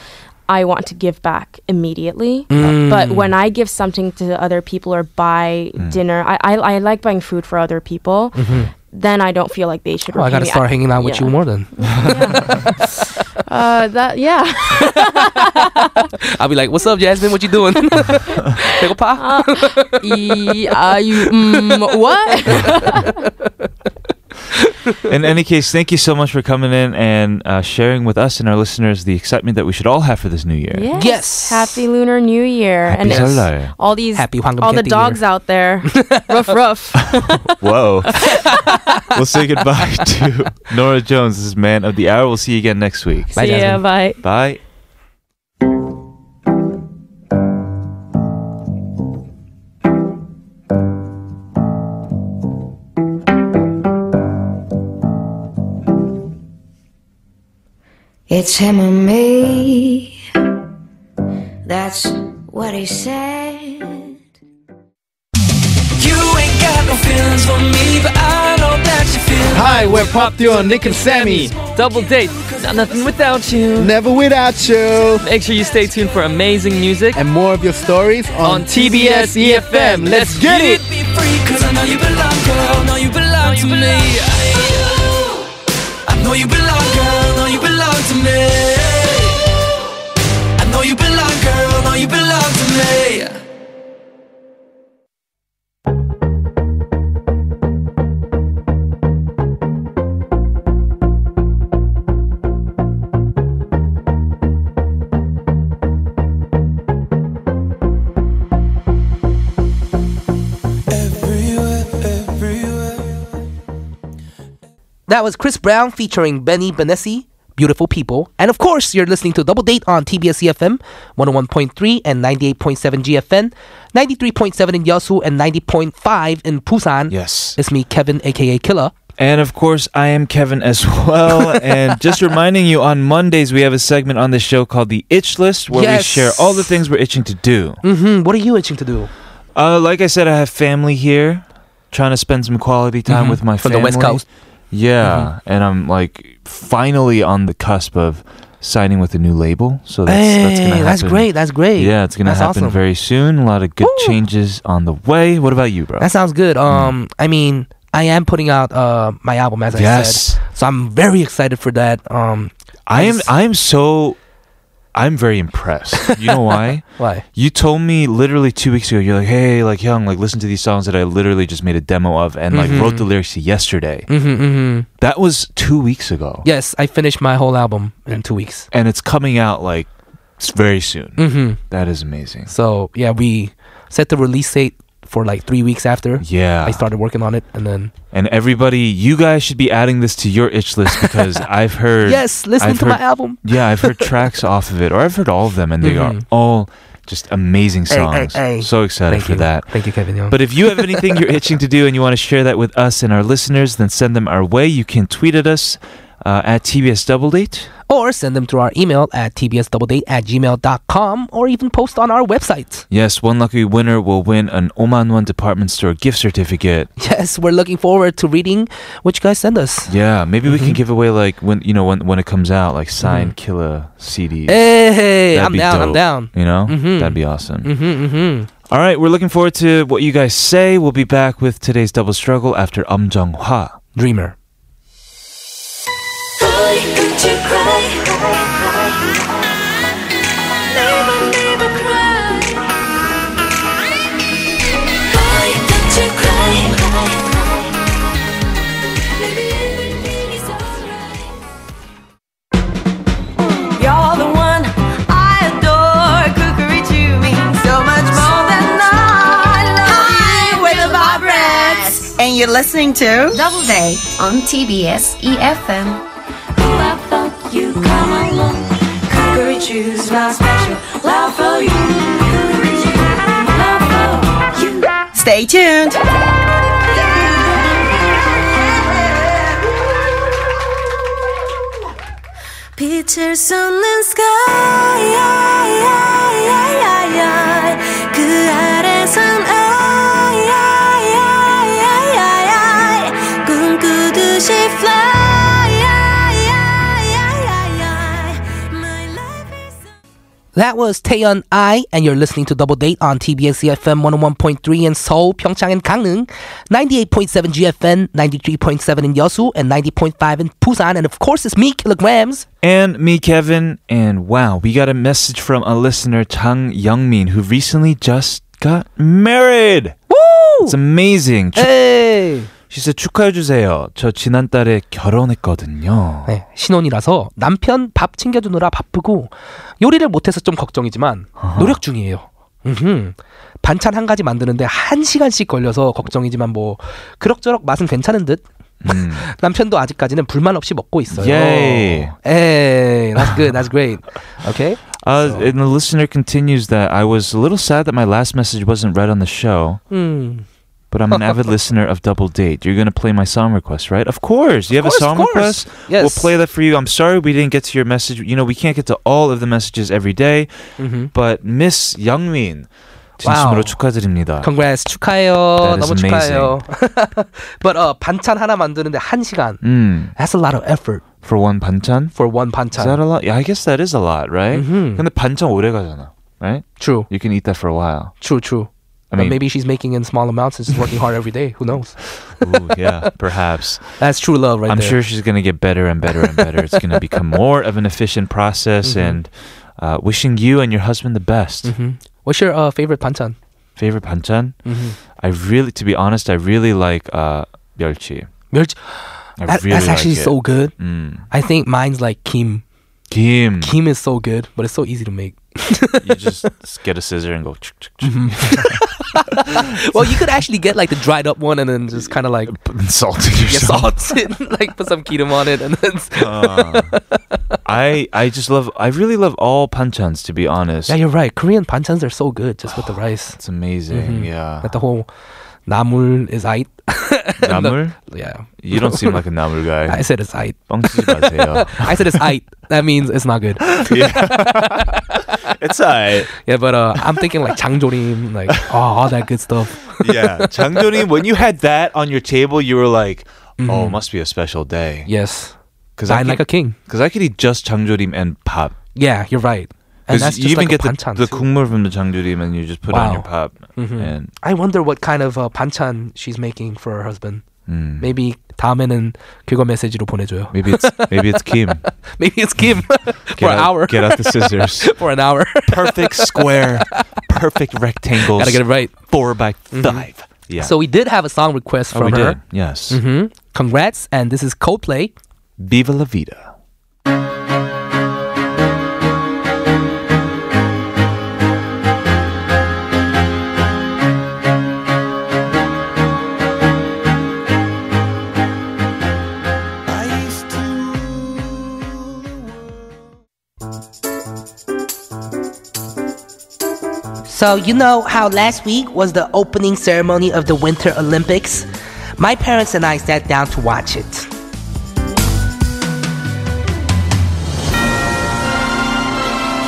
Speaker 7: I want to give back immediately. But when I give something to other people or buy dinner, I, I, I like buying food for other people. Then I don't feel like they should.
Speaker 2: Oh, Mm-hmm. I gotta
Speaker 7: repay me. <laughs>
Speaker 2: start hanging out with you
Speaker 7: yeah.
Speaker 2: more then.
Speaker 7: Uh, that yeah.
Speaker 2: I'll be like, "What's up, Jasmine? What you <laughs> doing? Take a pop."
Speaker 7: E- uh, you <laughs> mm, what?
Speaker 3: <laughs> In any case, thank you so much for coming in and uh, sharing with us and our listeners the excitement that we should all have for this new year.
Speaker 7: Yes.
Speaker 2: Yes.
Speaker 7: Happy Lunar New Year
Speaker 3: Happy
Speaker 7: and it's-
Speaker 3: Lunar.
Speaker 7: all these
Speaker 2: Happy Hwangam
Speaker 7: all the
Speaker 2: Keti
Speaker 7: dogs out <laughs> there. ruff ruff.
Speaker 3: Whoa. we'll say goodbye <laughs> to Nora Jones. This is Man of the Hour. We'll see you again next week.
Speaker 2: Bye,
Speaker 7: See ya.
Speaker 2: Jasmine.
Speaker 7: Bye.
Speaker 3: Bye.
Speaker 1: It's him and me. That's what he said.
Speaker 4: You ain't got no feelings for me, but I know that you feel.
Speaker 10: Hi, we're Pop Duo Nick and Sammy.
Speaker 11: Double date, not nothing without you.
Speaker 10: Never without you.
Speaker 11: Make sure you stay tuned for amazing music
Speaker 10: And more of your stories on,
Speaker 11: on TBS EFM. E
Speaker 10: E
Speaker 11: Let's get it.
Speaker 4: Be free, cause I know you belong, girl. Know you belong to me. I know you belong, girl. Know you belong to me.
Speaker 2: That was Chris Brown featuring Benny Benessi, Beautiful People. And of course, you're listening to Double Date on TBS EFM 101.3 and 98.7 GFN, 93.7 in Yeosu, and 90.5 in Busan.
Speaker 3: Yes.
Speaker 2: It's me, Kevin, aka Killer.
Speaker 3: And of course, I am Kevin as well. and <laughs> just reminding you, on Mondays, we have a segment on the show called The Itch List where we
Speaker 2: Yes.
Speaker 3: share all the things we're itching to do.
Speaker 2: Mm-hmm. What are you itching to do?
Speaker 3: Uh, like I said, I have family here, trying to spend some quality time
Speaker 2: Mhm.
Speaker 3: with my
Speaker 2: From the
Speaker 3: family.
Speaker 2: West Coast. Mm-hmm.
Speaker 3: Yeah, and I'm like finally on the cusp of signing with a new label. So that's that's gonna
Speaker 2: Hey,
Speaker 3: happen.
Speaker 2: that's great, that's great.
Speaker 3: Yeah, it's gonna
Speaker 2: That's
Speaker 3: happen
Speaker 2: awesome.
Speaker 3: very soon. A lot of good changes on the way. What about you, bro?
Speaker 2: That sounds
Speaker 3: Mm.
Speaker 2: good. Um, I mean, I am putting out uh my album as
Speaker 3: Yes.
Speaker 2: I said, so I'm very excited for that. Um,
Speaker 3: I am
Speaker 2: just-
Speaker 3: I am so I'm very impressed. You
Speaker 2: <laughs>
Speaker 3: know why?
Speaker 2: Why?
Speaker 3: You told me literally two weeks ago, you're like, hey, like young, like listen to these songs that I literally just made a demo of and like
Speaker 2: Mhm.
Speaker 3: wrote the lyrics to yesterday.
Speaker 2: Mhm, mhm.
Speaker 3: That was two weeks ago.
Speaker 2: Yes, I finished my whole album in two weeks.
Speaker 3: And it's coming out like s- very soon.
Speaker 2: Mhm.
Speaker 3: That is amazing.
Speaker 2: So yeah, we set the release date for like three weeks after.
Speaker 3: Yeah.
Speaker 2: I started working on it, and then
Speaker 3: And everybody, you guys should be adding this to your itch list
Speaker 2: <laughs>
Speaker 3: because I've heard.
Speaker 2: Yes, listen
Speaker 3: I've
Speaker 2: to my album.
Speaker 3: Yeah, I've heard tracks off of it, or I've heard all of them, and they are
Speaker 2: Mhm.
Speaker 3: all just amazing
Speaker 2: Hey, hey,
Speaker 3: songs.
Speaker 2: hey.
Speaker 3: So excited
Speaker 2: Thank
Speaker 3: for
Speaker 2: you.
Speaker 3: that.
Speaker 2: Thank you, Kevin Young.
Speaker 3: But if you have anything you're itching to do and you want to share that with us and our listeners, then send them our way. You can tweet at us uh, at TBS Double Date.
Speaker 2: or send them through our email at tbsdoubledate at gmail.com or even post on our website. <laughs>
Speaker 3: Yes, one lucky winner will win an Oman One department store gift certificate.
Speaker 2: Yes, we're looking forward to reading what you guys send us.
Speaker 3: Yeah, maybe we can
Speaker 2: Mhm.
Speaker 3: give away like when you know when when it comes out, like signed Killer CDs.
Speaker 2: Mm-hmm. Hey,
Speaker 3: That'd
Speaker 2: I'm
Speaker 3: be
Speaker 2: down, I'm
Speaker 3: dope,
Speaker 2: down.
Speaker 3: You know,
Speaker 2: Mhm.
Speaker 3: that'd be awesome.
Speaker 2: Mm-hmm, mm-hmm.
Speaker 3: All right, we're looking forward to what you guys say. We'll be back with today's double struggle after Um Jung Hwa.
Speaker 2: Dreamer.
Speaker 12: You're the one I adore. Cookery to me so much more than I love you with a vibrance. And you're listening to Double Day on TBS EFM. Oh, I felt you come along. Cookery choose my special love for you. Love for you. Stay tuned.
Speaker 13: 빛을 쏟는 sky 그 아래선 I, I, I, I, I, I, 꿈꾸듯이 fly
Speaker 2: That was Taeyeon I, and you're listening to Double Date on TBS EFM 101.3 in Seoul, Pyeongchang, and Gangneung, 98.7 GFN, 93.7 in Yeosu, and 90.5 in Busan. And of course, it's me, Kilograms.
Speaker 3: And me, Kevin, and wow, we got a message from a listener, Chang Youngmin, who recently just got married.
Speaker 2: Woo!
Speaker 3: It's amazing. 축-
Speaker 2: Hey!
Speaker 3: She said 축하해주세요. 저 지난달에 결혼했거든요.
Speaker 2: 네, 신혼이라서 남편 밥 챙겨주느라 바쁘고 요리를 못해서 좀 걱정이지만 노력 중이에요. 음흠. 반찬 한 가지 만드는데 한 시간씩 걸려서 걱정이지만 뭐 그럭저럭 맛은 괜찮은 듯.
Speaker 3: 음.
Speaker 2: <laughs> 남편도 아직까지는 불만 없이 먹고 있어요.
Speaker 3: Yay.
Speaker 2: Hey, that's good. That's great. Okay.
Speaker 3: Uh, And the listener continues that I was a little sad that my last message wasn't read on the show.
Speaker 2: Hmm.
Speaker 3: But I'm
Speaker 2: <laughs>
Speaker 3: an avid listener of Double Date. You're going to play my song request, right? Of course. You have
Speaker 2: course,
Speaker 3: a song
Speaker 2: of course.
Speaker 3: request? We'll play that for you. I'm sorry we didn't get to your message. You know, we can't get to all of the messages every day.
Speaker 2: Mhm.
Speaker 3: But Miss Youngmin,
Speaker 2: Wow.
Speaker 3: 진심으로 축하드립니다.
Speaker 2: Congrats 축하해요.
Speaker 3: That is
Speaker 2: 너무 축하해요. <laughs> But uh, 반찬 하나 만드는데 한 시간.
Speaker 3: Mm.
Speaker 2: That's a lot of effort.
Speaker 3: For one 반찬?
Speaker 2: For one
Speaker 3: Is
Speaker 2: 반찬.
Speaker 3: that a lot? Yeah, I guess that is a lot, right?
Speaker 2: Mhm.
Speaker 3: 근데 반찬 오래 가잖아, right?
Speaker 2: True.
Speaker 3: You can eat that for a while.
Speaker 2: True, true.
Speaker 3: I
Speaker 2: I
Speaker 3: mean-
Speaker 2: mean, maybe she's making in small amounts and she's working hard every day. Who knows?
Speaker 3: Ooh, yeah, perhaps.
Speaker 2: <laughs> That's true love, right
Speaker 3: I'm
Speaker 2: there.
Speaker 3: sure she's going to get better and better and better. it's going
Speaker 2: <laughs>
Speaker 3: to become more of an efficient process
Speaker 2: Mhm.
Speaker 3: and uh, wishing you and your husband the best.
Speaker 2: Mhm. What's your uh, favorite 반찬?
Speaker 3: Favorite banchan?
Speaker 2: Mhm.
Speaker 3: I really, to be honest, I really like uh, 멸치.
Speaker 2: 멸치.
Speaker 3: I
Speaker 2: That-
Speaker 3: really
Speaker 2: that's
Speaker 3: like
Speaker 2: actually
Speaker 3: it.
Speaker 2: so good.
Speaker 3: Mm.
Speaker 2: I think mine's like kim.
Speaker 3: Kim.
Speaker 2: Kim is so good, but it's so easy to make.
Speaker 3: you just get a scissor and go.
Speaker 2: <laughs> well, you could actually get like the dried up one and then just kind of like
Speaker 3: <laughs>
Speaker 2: <laughs>
Speaker 3: salt it
Speaker 2: yeah,
Speaker 3: yourself.
Speaker 2: Mm-hmm. salt it, <laughs> like put some ketum on it, and then
Speaker 3: Uh, I I just love. I really love all panchans. To be
Speaker 2: <laughs>
Speaker 3: honest,
Speaker 2: yeah, you're right. Korean banchans are so good just <sighs> with the rice.
Speaker 3: It's
Speaker 2: Mm-hmm.
Speaker 3: amazing. Yeah,
Speaker 2: like the whole namul is ait. <laughs>
Speaker 3: Namul?
Speaker 2: yeah.
Speaker 3: You don't seem like a namul
Speaker 2: <laughs>
Speaker 3: guy.
Speaker 2: I said it's ait.
Speaker 3: 뻥치지 마세요.
Speaker 2: <laughs> I said it's ait. That means it's not good.
Speaker 3: <laughs> it's alright.
Speaker 2: Yeah, but uh, I'm thinking like 장조림, like <laughs> oh, all that good stuff.
Speaker 3: yeah, 장조림. When you had that on your table, you were like, "Oh, it must be a special day."
Speaker 2: Yes,
Speaker 3: because
Speaker 2: Dine Mm-hmm. like a king.
Speaker 3: Because I could eat just 장조림 and pop.
Speaker 2: Yeah, you're right. And that's
Speaker 3: Because you
Speaker 2: just
Speaker 3: even
Speaker 2: like a
Speaker 3: get the,
Speaker 2: banchan
Speaker 3: the
Speaker 2: too.
Speaker 3: 국물 from the 장조림 and you just put it on your
Speaker 2: Wow.
Speaker 3: pop.
Speaker 2: Mhm.
Speaker 3: And
Speaker 2: I wonder what kind of uh, banchan she's making for her husband.
Speaker 3: Mm.
Speaker 2: Maybe 다음에는 그거 메시지로 보내줘요.
Speaker 3: maybe it's maybe it's Kim.
Speaker 2: <laughs> maybe it's Kim <laughs> for
Speaker 3: out-
Speaker 2: an hour.
Speaker 3: get out
Speaker 2: <laughs>
Speaker 3: the scissors.
Speaker 2: for an
Speaker 3: <laughs>
Speaker 2: hour.
Speaker 3: Perfect square, perfect rectangles.
Speaker 2: Gotta get it right.
Speaker 3: Four by
Speaker 2: Mhm.
Speaker 3: five. Yeah.
Speaker 2: So we did have a song request
Speaker 3: Oh,
Speaker 2: from
Speaker 3: we
Speaker 2: her.
Speaker 3: did. Yes.
Speaker 2: hmm Congrats, and this is Coldplay.
Speaker 3: Viva la vida.
Speaker 14: So, you know how last week was the opening ceremony of the Winter Olympics? My parents and I sat down to watch it.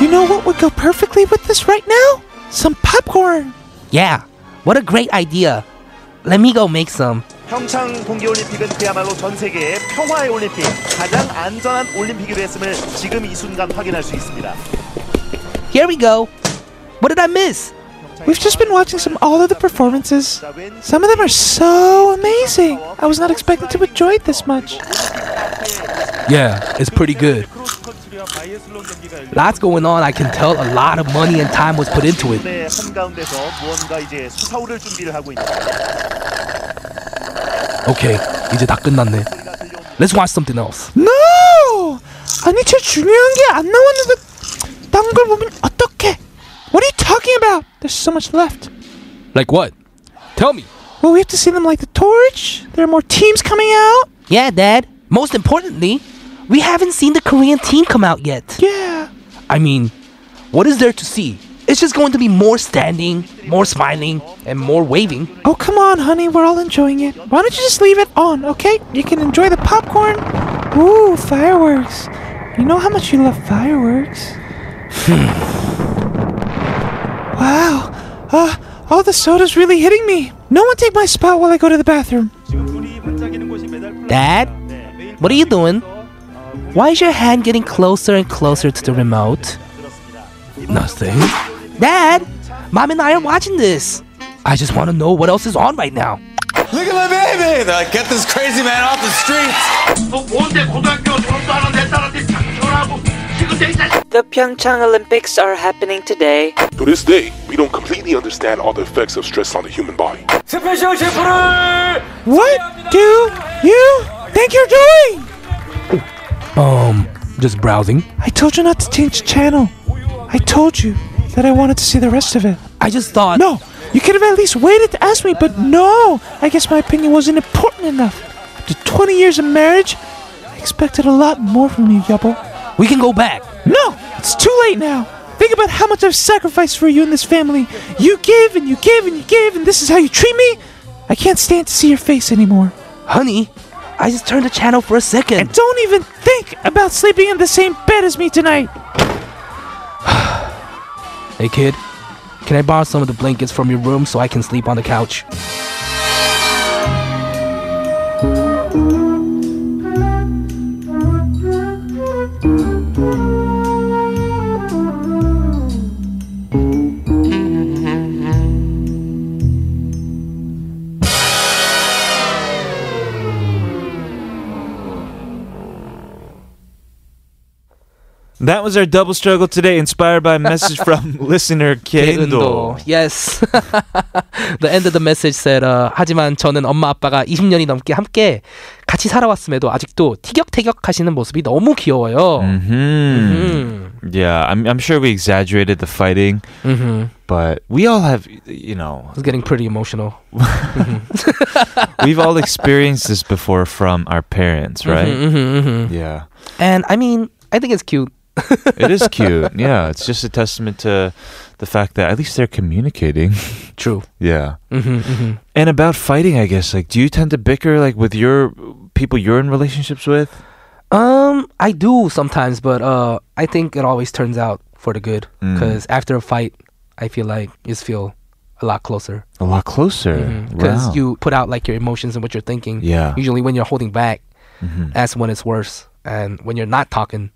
Speaker 15: You know what would go perfectly with this right now? Some popcorn.
Speaker 14: Yeah, what a great idea. Let me go make some.
Speaker 16: 평창 동계올림픽은 그야말로 전 세계의 평화의 올림픽, 가장 안전한 올림픽으로 했음을 지금 이 순간 확인할 수 있습니다.
Speaker 14: Here we go. What did I miss?
Speaker 15: We've just been watching some all of the performances. Some of them are so amazing. I was not expecting to enjoy it this much.
Speaker 2: Yeah, it's pretty good. Lots going on. I can tell a lot of money and time was put into it.
Speaker 16: 네, 한가운데서 무언가 이제 수사오를 준비를 하고 있습니다.
Speaker 2: Okay, 이제 다 끝났네. Let's watch something else.
Speaker 15: No! 아니 저 중요한 게 안 나왔는데 딴 걸 보면 어떡해? What are you talking about? There's so much left.
Speaker 2: Like what? Tell me.
Speaker 15: Well, we have to see them like the torch. There are more teams coming out.
Speaker 14: Yeah, Dad. Most importantly, we haven't seen the Korean team come out yet.
Speaker 15: Yeah.
Speaker 2: I mean, what is there to see? It's just going to be more standing, more smiling, and more waving.
Speaker 15: Oh, come on, honey. We're all enjoying it. Why don't you just leave it on, okay? You can enjoy the popcorn. Ooh, fireworks. You know how much you love fireworks. wow. Uh, all the soda's really hitting me. No one take my spot while I go to the bathroom.
Speaker 14: Dad? What are you doing? Why is your hand getting closer and closer to the remote?
Speaker 2: Nothing.
Speaker 14: Dad, Mom and I are watching this.
Speaker 2: I just want to know what else is on right now.
Speaker 17: Look at my baby! They're like, get this crazy man off the streets!
Speaker 18: The Pyeongchang Olympics are happening today.
Speaker 19: To this day, we don't completely understand all the effects of stress on the human body.
Speaker 15: What do you think you're doing?
Speaker 2: Um, just browsing.
Speaker 15: I told you not to change channel. I told you that I wanted to see the rest of it.
Speaker 2: I just thought.
Speaker 15: No, you could have at least waited to ask me, but no! I guess my opinion wasn't important enough. After 20 years of marriage, I expected a lot more from you, Yubble.
Speaker 2: We can go back.
Speaker 15: No, it's too late now. Think about how much I've sacrificed for you and this family. You give and you give and you give, and this is how you treat me? I can't stand to see your face anymore.
Speaker 14: Honey, I just turned the channel for a second.
Speaker 15: And don't even think about sleeping in the same bed as me tonight.
Speaker 2: Hey, kid, can I borrow some of the blankets from your room so I can sleep on the couch?
Speaker 3: That was our double struggle today, inspired by a message from listener Kendo.
Speaker 2: Yes. <laughs> the end of the message said, uh, 하지만 저는 엄마 아빠가 20년이 넘게 함께 같이 살아왔음에도 아직도 티격태격 하시는 모습이 너무 귀여워요.
Speaker 3: Hmm. Yeah, I'm, I'm sure we exaggerated the fighting,
Speaker 2: Mhm.
Speaker 3: but we all have, you know,
Speaker 2: It's getting pretty emotional.
Speaker 3: we've all experienced this before from our parents, right?
Speaker 2: Mhm, mhm, mhm.
Speaker 3: Yeah.
Speaker 2: And I mean, I think it's cute.
Speaker 3: It is cute. yeah, it's just a testament to the fact that at least they're communicating. <laughs>
Speaker 2: True.
Speaker 3: yeah.
Speaker 2: Mhm, mhm.
Speaker 3: And about fighting, I guess, like, do you tend to bicker, like, with your people you're in relationships with?
Speaker 2: Um, I do sometimes, but uh, I think it always turns out for the good.
Speaker 3: Mm.
Speaker 2: Because after a fight, I feel like you just feel a lot closer.
Speaker 3: A lot closer.
Speaker 2: Because
Speaker 3: Wow.
Speaker 2: Mm-hmm. you put out like your emotions and what you're thinking.
Speaker 3: Yeah.
Speaker 2: Usually, when you're holding back,
Speaker 3: Mhm.
Speaker 2: that's when it's worse. And when you're not talking,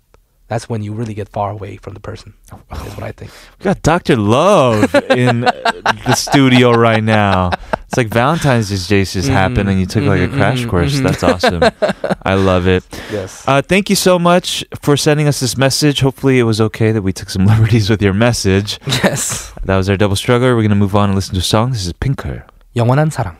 Speaker 2: that's when you really get far away from the person. That's what I think.
Speaker 3: We got Dr. Love in the studio right now. It's like Valentine's Day just
Speaker 2: Mm-hmm.
Speaker 3: happened and you took like a crash course. That's awesome. I love it.
Speaker 2: Yes.
Speaker 3: Uh, thank you so much for sending us this message. Hopefully, it was okay that we took some <laughs> liberties with your message.
Speaker 2: Yes.
Speaker 3: That was our double struggler. We're going to move on and listen to a song. This is Pinker.
Speaker 2: 영원한 사랑.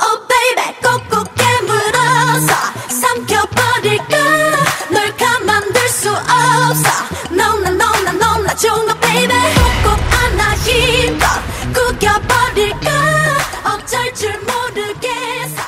Speaker 13: Oh baby 꼭꼭 깨물어서 삼켜버릴까 널 가만둘 수 없어 No no no no no 나 좋은 거 baby 꼭꼭 안아 힘껏 구겨버릴까 어쩔 줄 모르겠어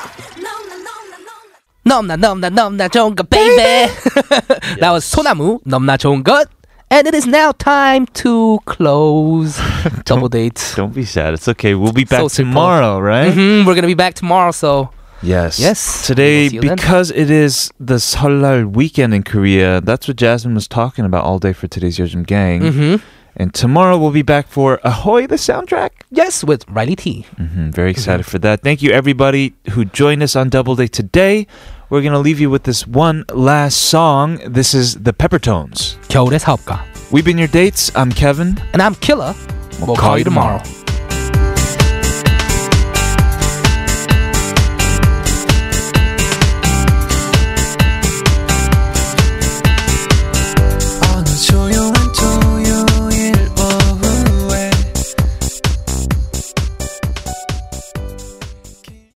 Speaker 2: 넘나 넘나 넘나 좋은 것 baby. <laughs> that was 소나무 넘나 좋은 것. And it is now time to <laughs> close double date.
Speaker 3: Don't be sad. It's okay. We'll be back
Speaker 2: So simple.
Speaker 3: tomorrow, right?
Speaker 2: hmm we're gonna be back tomorrow, so
Speaker 3: Yes.
Speaker 2: Yes.
Speaker 3: Today,
Speaker 2: see you then.
Speaker 3: because it is the Seollal weekend in Korea, that's what Jasmine was talking about all day for today's Yojim Gang.
Speaker 2: Mhm.
Speaker 3: And tomorrow we'll be back for Ahoy, the soundtrack.
Speaker 2: yes, with Riley T.
Speaker 3: hmm Very excited for that. Thank you, everybody who joined us on Doubleday today. We're going to leave you with this one last song. This is the Peppertones.
Speaker 2: 겨울의 사업가.
Speaker 3: We've been your dates. I'm Kevin.
Speaker 2: And I'm Killer. We'll, call, you tomorrow.